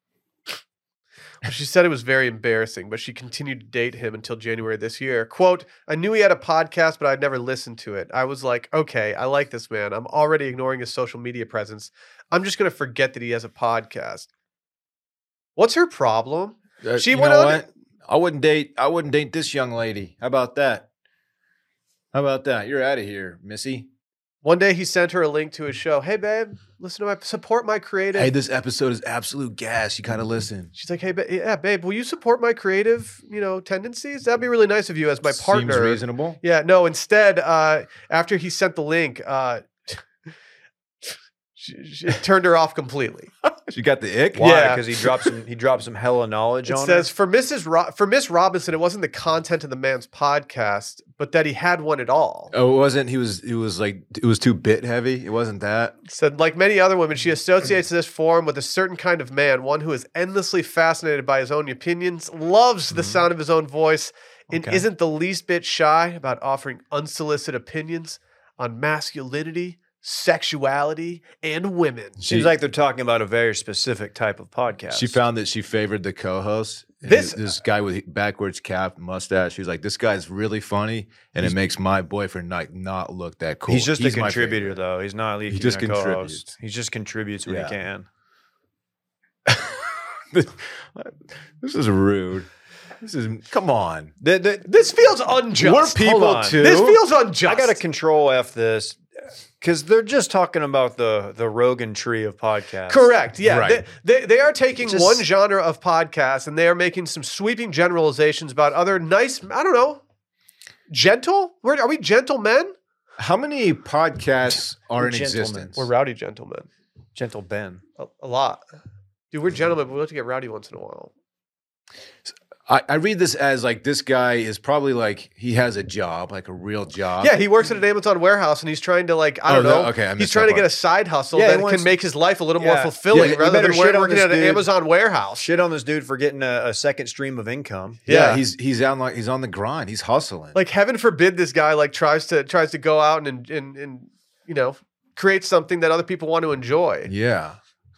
S1: them. She said it was very embarrassing, but she continued to date him until January this year. Quote, I knew he had a podcast, but I'd never listened to it. I was like, okay, I like this man. I'm already ignoring his social media presence. I'm just going to forget that he has a podcast. What's her problem?
S3: Uh,
S1: She
S3: you
S1: went
S3: know
S1: on
S3: what? I wouldn't date. I wouldn't date this young lady. How about that? How about that? You're out of here, Missy.
S1: One day he sent her a link to his show. Hey, babe, listen to my support my creative.
S3: Hey, this episode is absolute gas. You gotta listen.
S1: She's like, hey, ba- yeah, babe, will you support my creative, you know, tendencies? That'd be really nice of you as my partner.
S3: Seems reasonable.
S1: Yeah, no. Instead, uh, after he sent the link, uh, she, she it turned her off completely.
S3: She got the ick.
S2: Why?
S1: Yeah.
S2: Because he dropped some he dropped some hella knowledge
S1: It
S2: on
S1: says
S2: her.
S1: for Mrs. Ro- for Miss Robinson, it wasn't the content of the man's podcast, but that he had one at all.
S3: Oh, it wasn't. He was. It was like it was too bit heavy. It wasn't that.
S1: said like many other women she associates this form with a certain kind of man one who is endlessly fascinated by his own opinions loves the
S2: Mhm.
S1: sound of his own voice and
S2: Okay.
S1: isn't the least bit shy about offering unsolicited opinions on masculinity sexuality and women
S2: Seems like they're talking about a very specific type of podcast.
S3: She found that she favored the co-host. And
S1: This-
S3: This this guy with backwards cap, mustache. She was like, "This guy's really funny, and it makes my boyfriend like not look that cool."
S2: He's just a
S3: my
S2: contributor
S3: favorite.
S2: though. He's not leaking. He
S3: just
S2: just contributes.
S3: contributes.
S2: He just contributes when
S3: Yeah.
S2: he can.
S3: this is rude. This is come on.
S2: The- the-
S1: this feels unjust
S2: We're people
S1: Hold on.
S2: too.
S1: this feels unjust
S2: I gotta control F this because they're just talking about the the Rogan tree of podcasts.
S1: Correct. Yeah.
S3: Right.
S1: They, they, they are taking
S2: Just-
S1: one genre of podcasts and they are making some sweeping generalizations about other nice, I don't know, gentle? Where, are we gentlemen?
S3: How many podcasts are
S2: We're
S3: in
S2: gentlemen.
S3: existence?
S1: We're rowdy gentlemen.
S2: Gentle Ben.
S1: A, a lot. Dude, we're gentlemen, but we like to get rowdy once in a while.
S3: I, I read this as like this guy is probably like he has a job, like a real
S2: Uh,
S3: job.
S1: yeah, he works at an Amazon warehouse and he's trying to, like, I
S3: Oh,
S1: don't know.
S3: that- okay, I
S1: he's
S3: missed
S1: trying
S3: that
S1: to get
S3: part.
S1: a side hustle
S2: Yeah, he
S1: that
S2: wants-
S1: can make his life a little
S2: Yeah.
S1: more fulfilling
S2: Yeah, you
S1: rather
S2: better
S1: than
S2: shit on
S1: working
S2: this
S1: at an
S2: dude.
S1: Amazon warehouse.
S2: Shit on this dude for getting a, a second stream of income.
S3: yeah.
S1: yeah.
S3: He's he's on like he's on the grind. He's hustling.
S1: like heaven forbid this guy like tries to tries to go out and and and you know create something that other people want to enjoy
S3: yeah.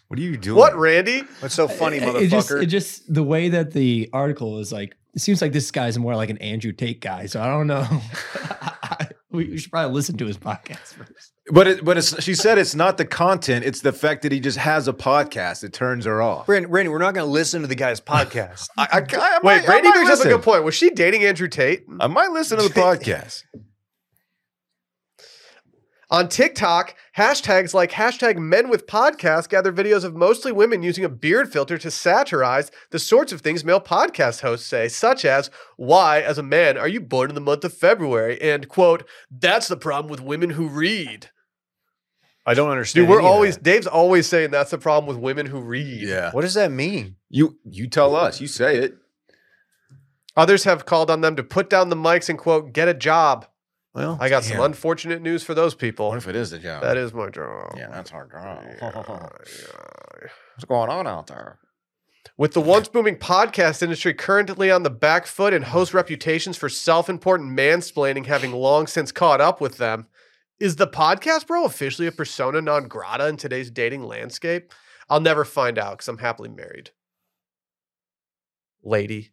S3: What are you doing?
S1: what randy
S2: What's so funny,
S4: It-
S2: motherfucker?
S4: It just, it just the way that the article is like. It seems like this guy's more like an Andrew Tate guy. So I don't know. we, we should probably listen to his podcast first.
S3: But it, but it's, she said it's not the content; it's the fact that he just has a podcast that turns her off.
S2: Randy, Randy, we're not going to listen to the guy's podcast.
S3: I, I, I might-
S1: wait
S3: I
S1: randy
S3: might
S1: brings
S3: listen.
S1: up a good point was she dating andrew tate
S3: I might listen to the podcast.
S1: on tiktok hashtags like hashtag men with podcasts gather videos of mostly women using a beard filter to satirize the sorts of things male podcast hosts say such as why as a man are you born in the month of february and quote that's the problem with women who read
S2: I don't understand.
S1: dude we're
S2: any of
S1: always
S2: that.
S1: dave's always saying that's the problem with women who read
S3: yeah,
S2: What does that mean?
S3: you you tell us. You say it.
S1: Others have called on them to put down the mics and quote, get a job.
S2: Well,
S1: I got some
S3: Damn.
S1: unfortunate news for those people.
S3: What if it is the job?
S1: That is my job.
S3: yeah, Oh, that's hard.
S1: Yeah, yeah.
S3: What's going on out there?
S1: With the once booming podcast industry currently on the back foot and host reputations for self important mansplaining having long since caught up with them, is the podcast bro officially a persona non grata in today's dating landscape? I'll never find out because I'm happily married. Lady.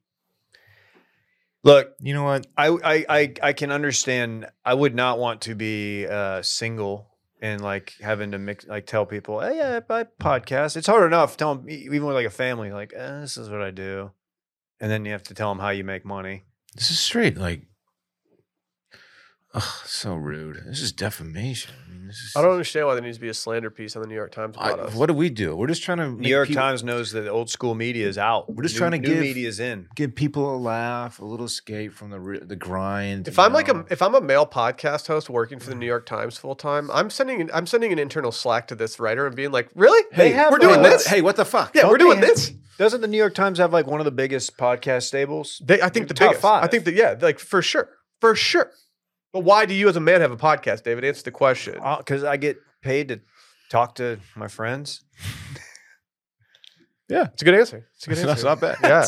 S2: look,
S3: You know what?
S2: I, I, I, I can understand. I would not want to be uh, single and like having to mix, like tell people, hey, yeah, I podcast. It's hard enough telling e, even with like a family, like eh, this is what I do, and then you have to tell them how you make money.
S3: This is straight like, ugh, so rude. This is defamation. I, mean, this is,
S1: I don't understand why there needs to be a slander piece on the New York Times
S3: I-
S1: about us.
S3: what do we do? We're just trying to
S2: New
S3: make
S2: York
S3: people-
S2: Times knows that the old school media is out.
S3: We're just
S2: New-
S3: trying to
S2: new
S3: give-
S2: media's in.
S3: give people a laugh, a little escape from the re- the grind.
S1: If
S3: you
S1: I'm like a
S3: know?
S1: if I'm a male podcast host working for the New York Times full time, I'm sending I'm sending an internal slack to this writer and being like, really, we're
S3: hey,
S1: doing
S3: what-
S1: this.
S3: Hey, what the fuck?
S1: yeah, we're
S3: Don't
S1: doing
S3: they-
S1: this.
S2: Doesn't the New York Times have like one of the biggest podcast stables?
S1: They, I think the
S2: Top
S1: biggest. I
S2: five.
S1: think that yeah, like for sure, for sure. But why do you as a man have a podcast, David? Answer the question.
S3: Uh,
S2: Because Uh, I get paid to talk to my friends.
S1: It's a good answer. It's a good
S3: That's
S1: answer.
S3: not bad.
S1: Yeah.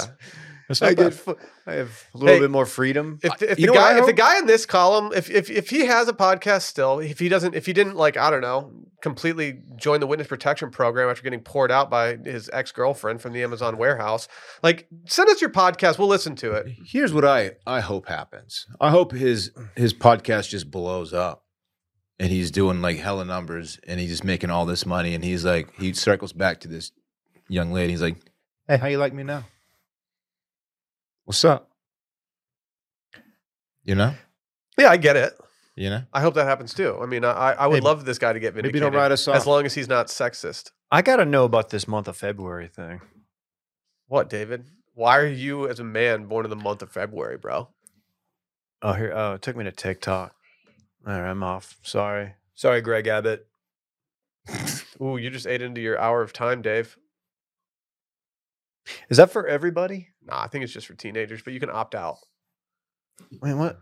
S3: That's
S2: I
S3: not
S2: get,
S3: bad.
S2: fu- I have a little
S1: Hey,
S2: bit more freedom.
S1: If the, if
S2: You
S1: the
S2: know what I
S1: guy if the
S2: hope?
S1: guy in this column if, if if he has a podcast still if he doesn't if he didn't like I don't know completely join the witness protection program after getting poured out by his ex girlfriend from the Amazon warehouse like send us your podcast we'll listen to it
S3: Here's what I I hope happens. I hope his his podcast just blows up, and he's doing like hella numbers, and he's just making all this money, and he's like he circles back to this young lady. He's like, "Hey, how you like me now? What's up? You know,
S1: yeah I get it
S3: you know.
S1: I hope that happens too I mean I I I would
S3: Maybe-
S1: love this guy to get
S3: Maybe
S1: vindicated
S3: don't write us
S1: as
S3: off.
S1: long as he's not sexist
S2: I got to know about this month of February thing.
S1: what David why are you as a man born in the month of February bro
S2: Oh, here. Oh, it took me to TikTok. All right, I'm off. Sorry. Sorry, Greg Abbott.
S1: ooh you just ate into your hour of time Dave
S2: Is that for everybody?
S1: nah I think it's just for teenagers but you can opt out.
S2: Wait, what?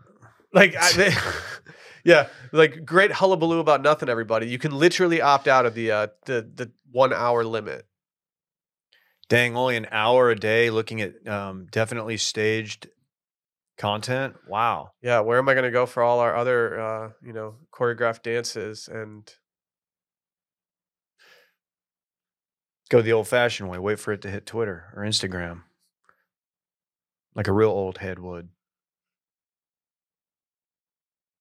S1: Like, I, they, yeah, like great hullabaloo about nothing. Everybody, you can literally opt out of the uh, the the one hour limit.
S2: Dang, only an hour a day looking at um, definitely staged content. Wow.
S1: Yeah, where am I going to go for all our other uh, you know choreographed dances and
S2: Go the old fashioned way. Wait for it to hit Twitter or Instagram. Like a real old head would.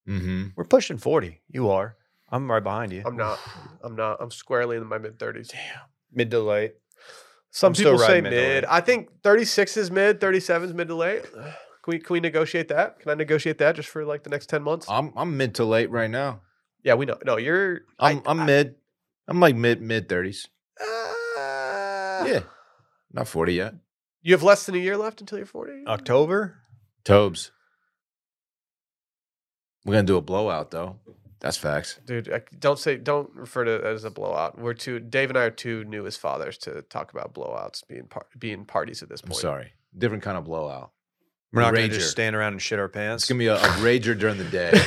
S3: Mm-hmm.
S2: We're pushing 40. You are. I'm right behind you.
S1: I'm not. I'm not. I'm squarely in my mid thirties.
S2: mid to late.
S1: Some
S2: I'm still
S1: people say
S2: riding
S1: mid.
S2: mid to late.
S1: I think 36 is mid. 37 is mid to late. Can we can we negotiate that? Can I negotiate that just for like the next 10 months?
S3: I'm I'm mid to late right now.
S1: yeah, we know. No, you're. I-
S3: I'm I, am
S1: I-
S3: i am mid. I'm like mid mid thirties.
S1: Ah.
S3: Yeah, not forty yet.
S1: You have less than a year left until you're 40.
S2: October?
S3: Tobes. We're gonna do a blowout though. That's facts.
S1: Dude, I- don't say don't refer to it as a blowout. We're too Dave and I are too new as fathers to talk about blowouts being par- being parties at this
S3: I'm
S1: point.
S3: sorry. Different kind of blowout.
S2: We're not going to
S3: Rager.
S2: just stand around and shit our
S3: It's
S2: pants.
S3: gonna be a, a rager during the day.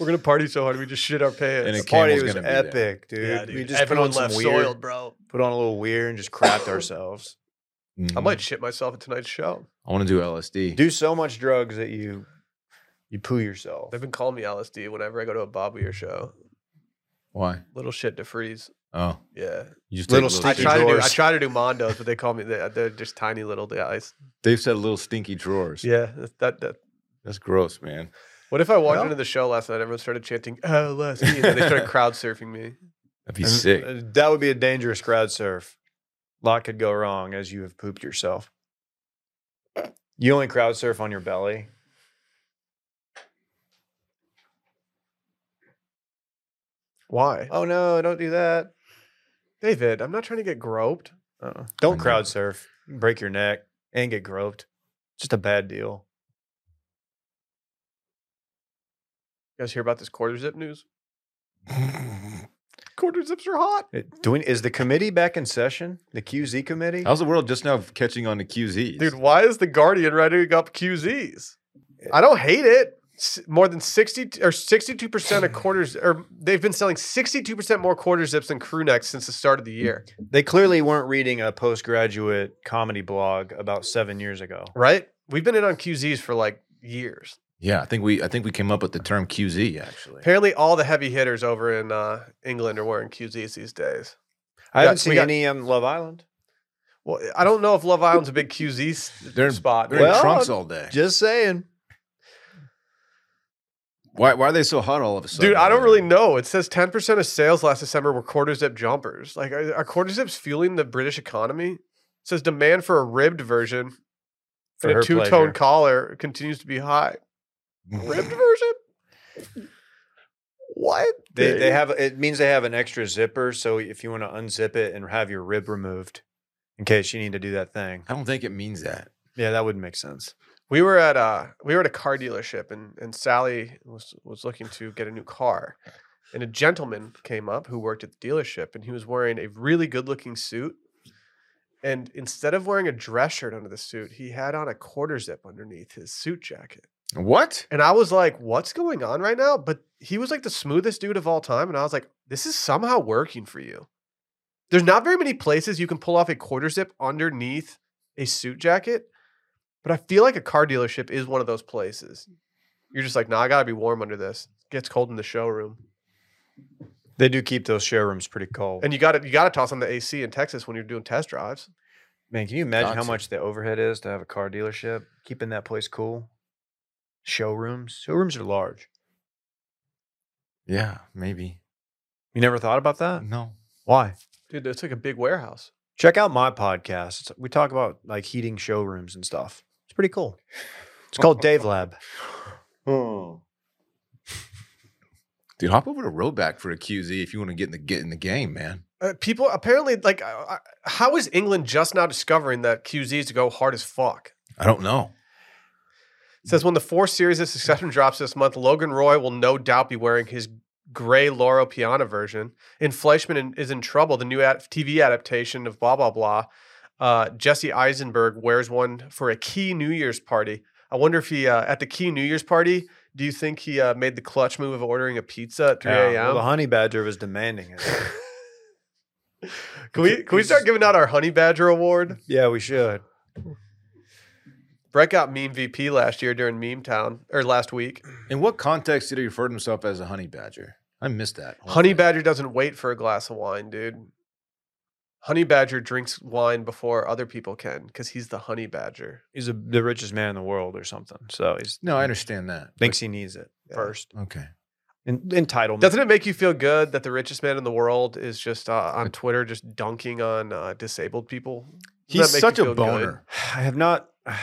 S1: We're gonna party so hard we just shit our pants.
S3: And
S2: the
S3: it Campbell's
S2: party was
S3: gonna be there.
S2: epic, dude.
S1: Yeah, dude.
S2: We just
S1: Everyone
S2: put on
S1: left
S2: some weird,
S1: soiled, bro.
S2: put on a little weird, and just crapped ourselves.
S1: I
S2: Mm.
S1: might shit myself at tonight's show.
S3: Mm. I want to do LSD.
S2: Do so much drugs that you you poo yourself.
S1: They've been calling me LSD whenever I go to a Bob Weir show.
S3: Why?
S1: Little shit to freeze.
S3: Oh,
S1: Yeah,
S3: you just
S2: Little
S3: take
S1: I
S2: Sticky
S1: try to do I
S2: drawers.
S1: try to do Mondos, but they call me they- uh, they're just tiny little guys.
S3: They've said little stinky drawers.
S1: Yeah, that, that
S3: that's gross, man.
S1: What if I walked
S2: Well-
S1: into the show last night? and Everyone started chanting LSD, and then they started crowd surfing me.
S3: That'd be
S2: And,
S3: sick.
S2: uh, That would be a dangerous crowd surf. A lot could go wrong as you have pooped yourself. You only crowd surf on your belly.
S1: Why,
S2: Oh no, don't do that.
S1: David? I'm not trying to get groped.
S2: Uh-uh.
S3: I
S2: Don't
S3: know.
S2: crowd surf. Break your neck and get groped. Just a bad deal.
S1: You guys hear about this quarter zip news? Quarter zips are hot.
S2: It- do we, is the committee back in session? The QZ committee?
S3: How's the world just now catching on to QZs?
S1: Dude, why is the Guardian writing up QZs?
S3: Eh.
S1: I don't hate it. S- More than 60 or 62% of quarters, or they've been selling 62% more quarter zips than crew necks since the start of the year,
S2: They clearly weren't reading a postgraduate comedy blog about seven years ago.
S1: right? We've been in on QZs for like years.
S3: yeah, I think we I think we came up with the term QZ actually.
S1: Apparently, all the heavy hitters over in uh, England are wearing QZs these days. Yeah,
S2: I haven't
S1: we
S2: seen
S1: got-
S2: any on Love Island.
S1: Well, I don't know if Love Island's a big QZ s-
S3: They're in-
S2: uh,
S1: spot.
S3: They're
S2: Well,
S3: in trunks all day.
S2: Just saying.
S3: Why, why are they so hot all of a sudden?
S1: Dude, I don't really know. It says 10% of sales last December were quarter zip jumpers. Like, are, are quarter zips fueling the British economy? It says demand for a ribbed version
S2: For
S1: and
S2: her
S1: a two
S2: pleasure.
S1: tone collar continues to be high. Ribbed version? What?
S2: They, they have it means they have an extra zipper, so if you want to unzip it and have your rib removed, in case you need to do that thing,
S3: I don't think it means that.
S2: yeah, that wouldn't make sense.
S1: We were at a we were at a car dealership, and and Sally was was looking to get a new car, and a gentleman came up who worked at the dealership, and he was wearing a really good looking suit, and instead of wearing a dress shirt under the suit, he had on a quarter zip underneath his suit jacket,
S3: What?
S1: and I was like, "What's going on right now?" But he was like the smoothest dude of all time, and I was like, "This is somehow working for you." There's not very many places you can pull off a quarter zip underneath a suit jacket, but I feel like a car dealership is one of those places. You're just like, "Nah, I gotta be warm under this. Gets cold in the showroom,
S2: They do keep those showrooms pretty cold.
S1: and you got to you got to toss on the AC in Texas when you're doing test drives."
S2: Man, can you imagine how
S3: Gotcha.
S2: much the overhead is to have a car dealership? Keeping that place cool. Showrooms. Showrooms are large.
S3: Yeah, maybe.
S2: You never thought about that?
S1: Mm-hmm.
S3: No.
S2: Why?
S1: Dude, it's like a big warehouse.
S2: Check out my podcast. It's- We talk about like heating showrooms and stuff. It's pretty cool. It's called Dave Lab.
S3: Oh. Dude, hop over to Roback for a QZ if you want to get in the get in the game, man.
S1: Uh, people apparently like, uh, uh, how is England just now discovering that QZs go hard as fuck?
S3: I don't know.
S1: It says when the four series of Succession drops this month, Logan Roy will no doubt be wearing his gray Loro Piana version. And Fleischman in- is in trouble. The new ad- TV adaptation of blah blah blah. Uh, Jesse Eisenberg wears one for a key New Year's party. I wonder if he uh, at the key New Year's party. Do you think he uh, made the clutch move of ordering a pizza at 3
S2: Yeah,
S1: a.m.?
S2: well, the honey badger was demanding it.
S1: can we can we start giving out our Honey Badger award?
S2: yeah, we should.
S1: Brett got meme VP last year during Meme Town or last week.
S3: In what context did he refer to himself as a honey badger? I missed that. whole
S1: Honey
S3: thing.
S1: Badger doesn't wait for a glass of wine, dude. Honey Badger drinks wine before other people can because he's the Honey Badger.
S2: He's a, the richest man in the world or something. So he
S3: No, I understand that.
S2: thinks he needs it
S1: Yeah.
S2: first.
S3: Okay.
S2: En- entitlement.
S1: Doesn't it make you feel good that the richest man in the world is just uh, on Twitter just dunking on uh, disabled people? Doesn't
S3: He's
S1: that make you
S3: such a
S1: feel good?
S3: boner.
S2: I have not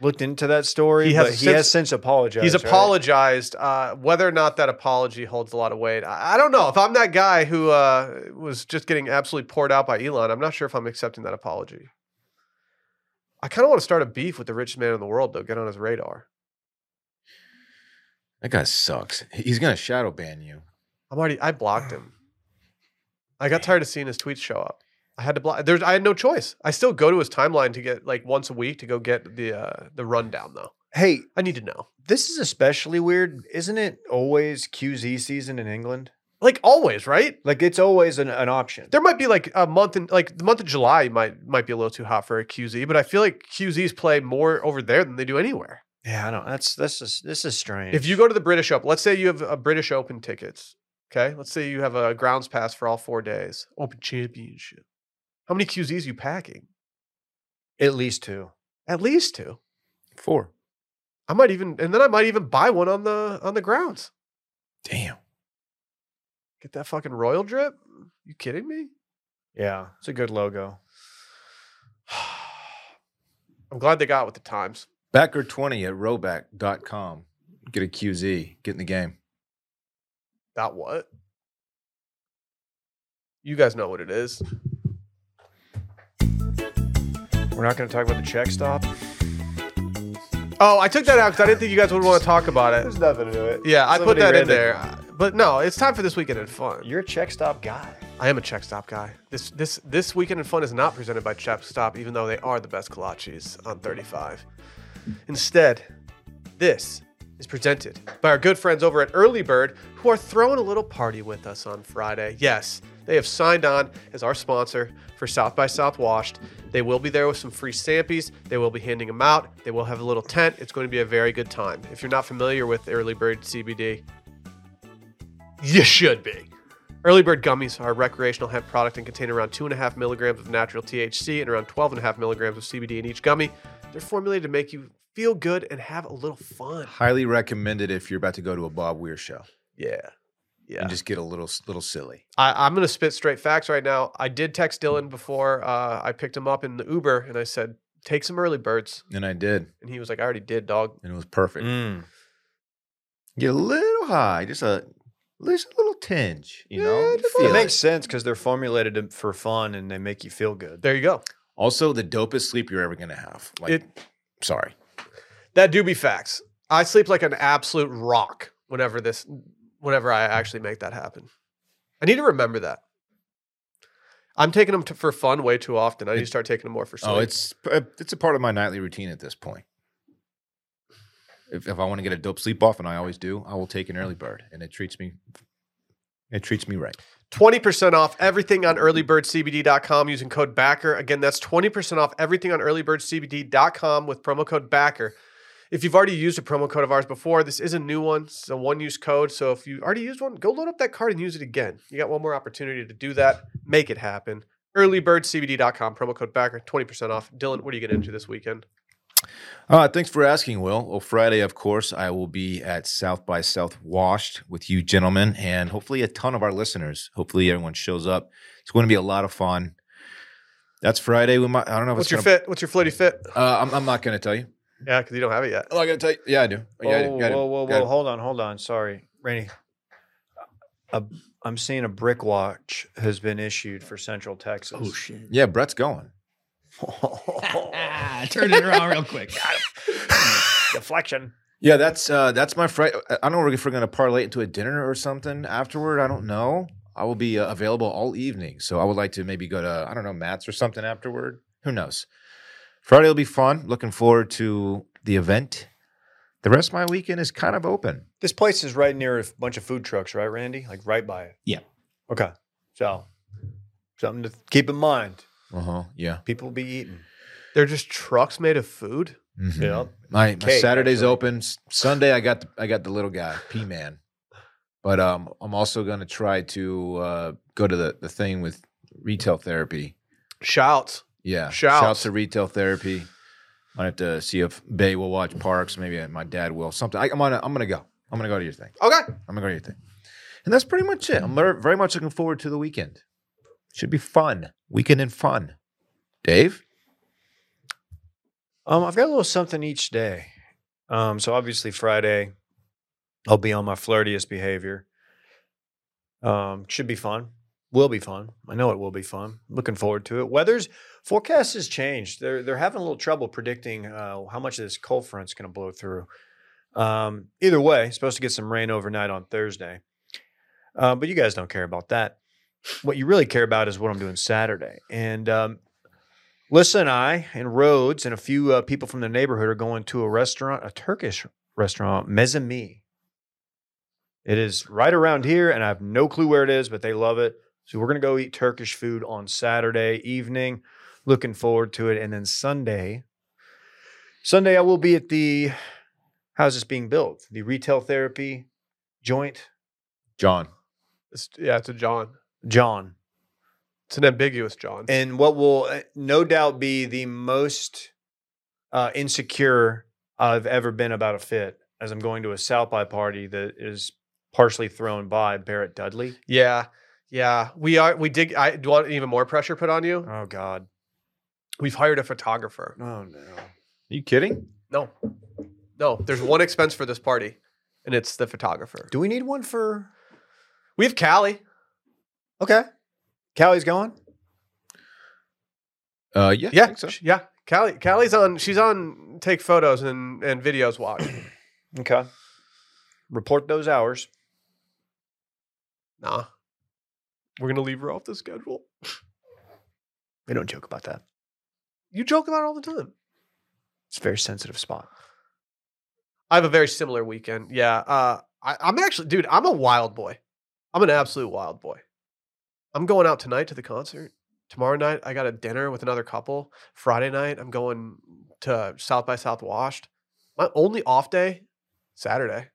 S2: looked into that story.
S1: He
S2: He
S1: has
S2: has, but he
S1: since-
S2: has since apologized.
S1: He's
S2: right?
S1: apologized. Uh, whether or not that apology holds a lot of weight, I, I don't know. If I'm that guy who uh, was just getting absolutely poured out by Elon, I'm not sure if I'm accepting that apology. I kind of want to start a beef with the richest man in the world, though. Get on his radar.
S3: That guy sucks. He's gonna shadow ban you.
S1: I'm already. I blocked him. I got tired of seeing his tweets show up. I had to block. There's. I had no choice. I still go to his timeline to get like once a week to go get the uh, the rundown though.
S2: Hey,
S1: I need to know.
S2: this is especially weird. Isn't it always QZ season in England?
S1: Like always, right?
S2: Like it's always an, an option.
S1: There might be like a month in like the month of July might might be a little too hot for a QZ, but I feel like QZs play more over there than they do anywhere.
S2: yeah, I don't. That's this is this is strange.
S1: If you go to the British Open, let's say you have a British Open tickets. Okay, let's say you have a grounds pass for all four days. Open Championship. How many QZs you packing?
S2: at least two.
S1: At least two.
S3: Four.
S1: I might even and then I might even buy one on the on the grounds.
S3: Damn.
S1: Get that fucking royal drip? You kidding me?
S2: Yeah, it's a good logo.
S1: I'm glad they got with the times.
S3: Backer20 at roback.com. Get a QZ. Get in the game.
S1: That what? You guys know what it is.
S2: We're not going to talk about the check stop.
S1: Oh, I took that out because I didn't think you guys would want to talk about it.
S2: nothing to it.
S1: Yeah, I put
S2: Somebody
S1: that in
S2: read it.
S1: there. But no, it's time for this weekend in fun.
S2: You're a check stop guy.
S1: I am a check stop guy. This this this weekend in fun is not presented by Check Stop, even though they are the best kolaches on 35. Instead, this is presented by our good friends over at Early Bird, who are throwing a little party with us on Friday. Yes, they have signed on as our sponsor for South by Southwashed. They will be there with some free sampies. They will be handing them out. They will have a little tent. It's going to be a very good time. If you're not familiar with Early Bird CBD, you should be. Early Bird Gummies are a recreational hemp product and contain around 2.5 milligrams of natural THC and around 12.5 milligrams of CBD in each gummy. They're formulated to make you feel good and have a little fun.
S3: Highly recommended if you're about to go to a Bob Weir show
S1: Yeah. Yeah.
S3: and just get a little little silly.
S1: I, I'm going to spit straight facts right now. I did text Dylan before uh, I picked him up in the Uber and I said, take some early birds.
S3: And I did,
S1: And he was like, I already did, dog.
S3: and it was perfect.
S2: Mm.
S3: Get a little high, just a just a little tinge, you know.
S1: Yeah,
S3: You
S1: just a
S3: feel
S1: little
S2: It
S3: it.
S2: makes sense because they're formulated to- for fun and they make you feel good.
S1: There you go.
S3: Also, the dopest sleep you're ever gonna have. Like,
S1: It-
S3: sorry,
S1: That do be facts. I sleep like an absolute rock whenever this, whenever I actually make that happen. I need to remember that. I'm taking them to, for fun way too often. I need to
S3: It-
S1: start taking them more for sleep.
S3: oh, it's it's a part of my nightly routine at this point. If, if I want to get a dope sleep off, and I always do, I will take an early bird, and it treats me. It treats me right.
S1: 20% off everything on earlybirdcbd.com using code BACKER. Again, that's 20% off everything on earlybirdcbd.com with promo code BACKER. If you've already used a promo code of ours before, this is a new one. It's a one use code. So if you already used one, go load up that card and use it again. You got one more opportunity to do that. Make it happen. Earlybirdcbd.com, promo code BACKER, 20% off. Dylan, what are you getting into this weekend?
S3: Uh, thanks for asking, Will. Well, Friday, of course, I will be at South by South Washed with you gentlemen, and hopefully a ton of our listeners. Hopefully, everyone shows up. It's going to be a lot of fun. That's Friday. We might. I don't know if
S1: What's
S3: it's
S1: your
S3: gonna,
S1: fit? What's your floaty fit?
S3: Uh, I'm, I'm not going to tell you.
S1: Yeah, because you don't have it yet.
S3: Oh, I got to tell you. Yeah, I do.
S2: Whoa,
S3: Yeah, I do. Yeah, I do.
S2: whoa, whoa,
S3: Yeah, I
S2: whoa.
S3: do.
S2: Hold on, hold on. Sorry, Rainey. A, I'm seeing a brick watch has been issued for Central Texas.
S4: shit!
S3: Yeah, Brett's going.
S4: oh. Ah, Turn it around real quick.
S2: Deflection.
S3: Yeah, that's uh, that's my Friday. I don't know if we're going to parlay into a dinner or something afterward. I don't know. I will be uh, available all evening, so I would like to maybe go to I don't know Matt's or something afterward. Who knows? Friday will be fun. Looking forward to the event. The rest of my weekend is kind of open.
S2: This place is right near a f- bunch of food trucks, right, Randy? Like right by it.
S4: Yeah.
S2: Okay. So something to keep in mind.
S3: Uh huh. Yeah.
S2: People be eating.
S1: They're just trucks made of food.
S3: Mhm.
S2: Yeah.
S3: My, my
S2: Cake,
S3: Saturday's
S2: actually.
S3: open. S- Sunday I got the, I got the little guy P man, but um I'm also going to try to uh, go to the the thing with retail therapy.
S1: Shouts.
S3: Yeah.
S1: Shouts.
S3: to retail therapy. I have to see if Bay will watch Parks. Maybe my dad will. Something. I, I'm gonna. I'm gonna go. I'm gonna go to your thing.
S1: Okay.
S3: I'm gonna go to your thing. And that's pretty much it. I'm ver- very much looking forward to the weekend. Should be fun. Weekend and fun. Dave.
S2: Um, I've got a little something each day. Um, so obviously Friday, I'll be on my flirtiest behavior. Um, should be fun. Will be fun. I know it will be fun. Looking forward to it. Weather's forecast has changed. They're they're having a little trouble predicting uh, how much of this cold front's going to blow through. Um, either way, supposed to get some rain overnight on Thursday. Uh, but you guys don't care about that. What you really care about is what I'm doing Saturday. And um, Lissa and I and Rhodes and a few uh, people from the neighborhood are going to a restaurant, a Turkish restaurant, Mezami. It is right around here, and I have no clue where it is, but they love it. So we're going to go eat Turkish food on Saturday evening. Looking forward to it. And then Sunday, Sunday, I will be at the, how's this being built? The retail therapy joint,
S3: John.
S1: It's, yeah, it's a John.
S2: John.
S1: It's an ambiguous John.
S2: and what will uh, no doubt be the most uh, insecure I've ever been about a fit, as I'm going to a South by party that is partially thrown by Barrett Dudley.
S1: Yeah, yeah. We are. We did. I do want even more pressure put on you.
S2: Oh God!
S1: We've hired a photographer.
S2: Oh no!
S3: Are you kidding?
S1: No, no. There's one expense for this party, and it's the photographer.
S2: Do we need one for?
S1: We have Callie.
S2: Okay, Callie's going.
S3: Uh, yeah. I
S1: Yeah,
S3: think so.
S1: sh- yeah. Callie. Callie's on. She's on. Take photos and and videos. Watch.
S2: Okay. Report those hours.
S1: nah. We're gonna leave her off the schedule.
S2: We don't joke about that.
S1: You joke about it all the time.
S2: It's a very sensitive spot.
S1: I have a very similar weekend. Yeah. Uh, I, I'm actually, dude. I'm a wild boy. I'm an absolute wild boy. I'm going out tonight to the concert. Tomorrow night, I got a dinner with another couple. Friday night, I'm going to South by South Washed. My only off day, Saturday.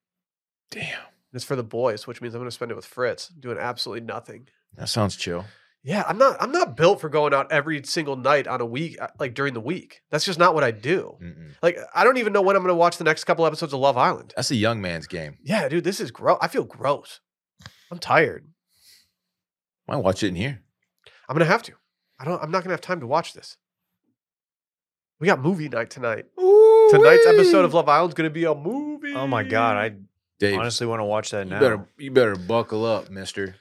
S3: Damn.
S1: It's for the boys, which means I'm going to spend it with Fritz, doing absolutely nothing.
S3: That sounds chill.
S1: Yeah, I'm not. I'm not built for going out every single night on a week, uh, like during the week. That's just not what I do.
S3: Mm-mm.
S1: Like, I don't even know when I'm going to watch the next couple episodes of Love Island.
S3: That's a young man's game.
S1: Yeah, dude, this is gross. I feel gross. I'm tired.
S3: Might watch it in here.
S1: I'm going to have to. I don't. I'm not going to have time to watch this. We got movie night tonight. Tonight's episode of Love Island's going to be a movie.
S2: Oh my god, I
S3: Dave,
S2: honestly want to watch that
S3: you
S2: now.
S3: better you better buckle up, Mister.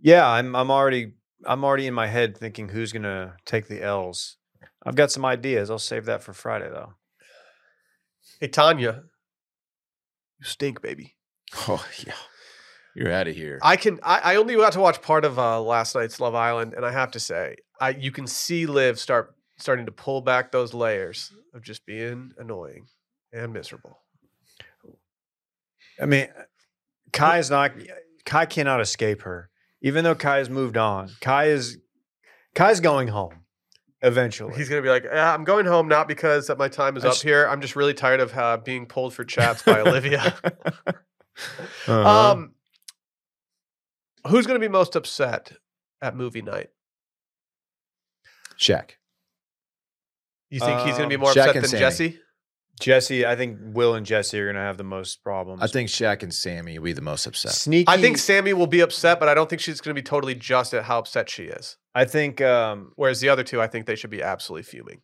S2: Yeah, I'm I'm already I'm already in my head thinking who's gonna take the L's. I've got some ideas. I'll save that for Friday though.
S1: Hey Tanya, you stink, baby.
S3: Oh yeah, you're out of here.
S1: I can. I, I only got to watch part of uh, last night's Love Island, and I have to say, I you can see Liv start starting to pull back those layers of just being annoying and miserable.
S2: I mean, uh, Kai is not Kai cannot escape her. Even though Kai has moved on, Kai is Kai's going home eventually.
S1: He's gonna be like, "Ah, "I'm going home not because my time is
S2: I
S1: up
S2: just-
S1: here. I'm just really tired of uh, being pulled for chats by Olivia."
S2: Uh-huh.
S1: Um, who's gonna be most upset at movie night?
S3: Shaq.
S1: You think he's gonna be
S2: Um,
S1: more
S3: Shaq
S1: upset
S3: and
S1: than
S3: Sammy.
S1: Jesse?
S2: Jesse, I think Will and Jesse are gonna have the most problems.
S3: I think Shaq and Sammy will be the most upset.
S2: sneaky.
S1: I think Sammy will be upset, but I don't think she's gonna be totally just at how upset she is.
S2: I think um,
S1: Whereas the other two, I think they should be absolutely fuming.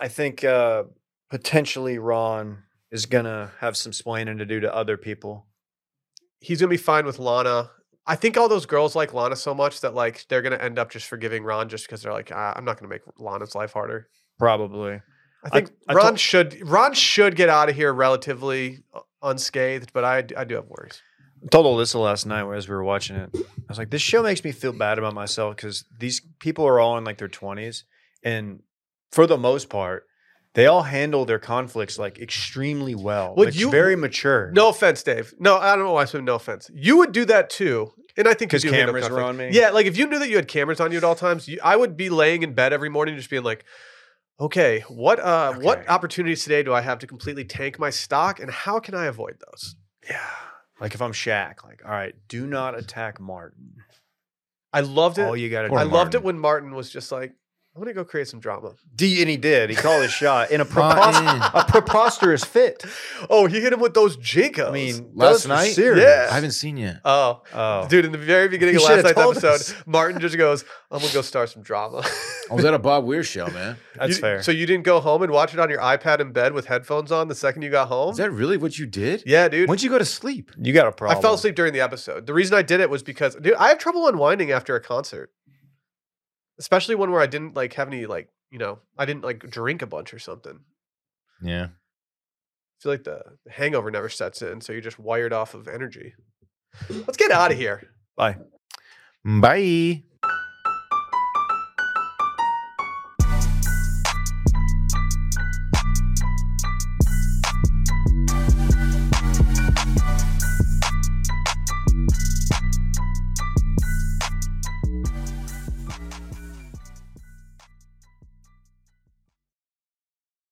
S2: I think uh, potentially Ron is gonna have some splaining to do to other people.
S1: He's gonna be fine with Lana. I think all those girls like Lana so much that like they're gonna end up just forgiving Ron just because they're like, ah, I'm not gonna make Lana's life harder.
S2: Probably.
S1: I
S2: I-
S1: think
S2: I
S1: Ron
S2: told-
S1: should Ron should get out of here relatively uh, unscathed, but I, d- I do have worries.
S2: I told Alyssa last night as we were watching it. I was like, this show makes me feel bad about myself because these people are all in like their 20s. And for the most part, they all handle their conflicts like extremely well.
S1: Well,
S2: it's
S1: you-
S2: very mature.
S1: No offense, Dave. No, I don't know why I'm saying no offense. You would do that too, and I think you
S2: because
S1: do handle
S2: cameras were
S1: conflict.
S2: on me.
S1: Yeah, like if you knew that you had cameras on you at all times, you, I would be laying in bed every morning just being like, okay, what uh what
S2: Okay.
S1: opportunities today do I have to completely tank my stock and how can I avoid those?
S2: Yeah. Like if I'm Shaq, like, all right, do not attack Martin.
S1: I loved
S2: All
S1: it.
S2: you got to do.
S1: I loved
S3: Martin.
S1: it when Martin was just like, I'm gonna go create some drama.
S2: D, and he did. He called his shot in a, prepos- a preposterous fit.
S1: Oh, he hit him with those jinkos.
S2: I mean,
S3: Last
S2: those were
S3: night?
S2: serious.
S1: Yeah.
S3: I haven't seen you.
S1: oh,
S2: Oh.
S1: dude, in the very beginning
S2: You
S1: of
S2: shoulda
S1: last night's
S2: told
S1: episode,
S2: us.
S1: Martin just goes, I'm gonna go start some drama.
S3: I was at a Bob Weir show, man.
S2: That's
S1: You-
S2: fair.
S1: So you didn't go home and watch it on your iPad in bed with headphones on the second you got home?
S3: Is that really what you did?
S1: yeah, dude.
S3: When'd you go to sleep?
S2: you got a problem.
S1: I fell asleep during the episode. The reason I did it was because, dude, I have trouble unwinding after a concert, especially one where I didn't like have any like you know I didn't like drink a bunch or something. I
S3: Yeah.
S1: feel like the the hangover never sets in, so you're just wired off of energy. Let's get out of here.
S3: Bye.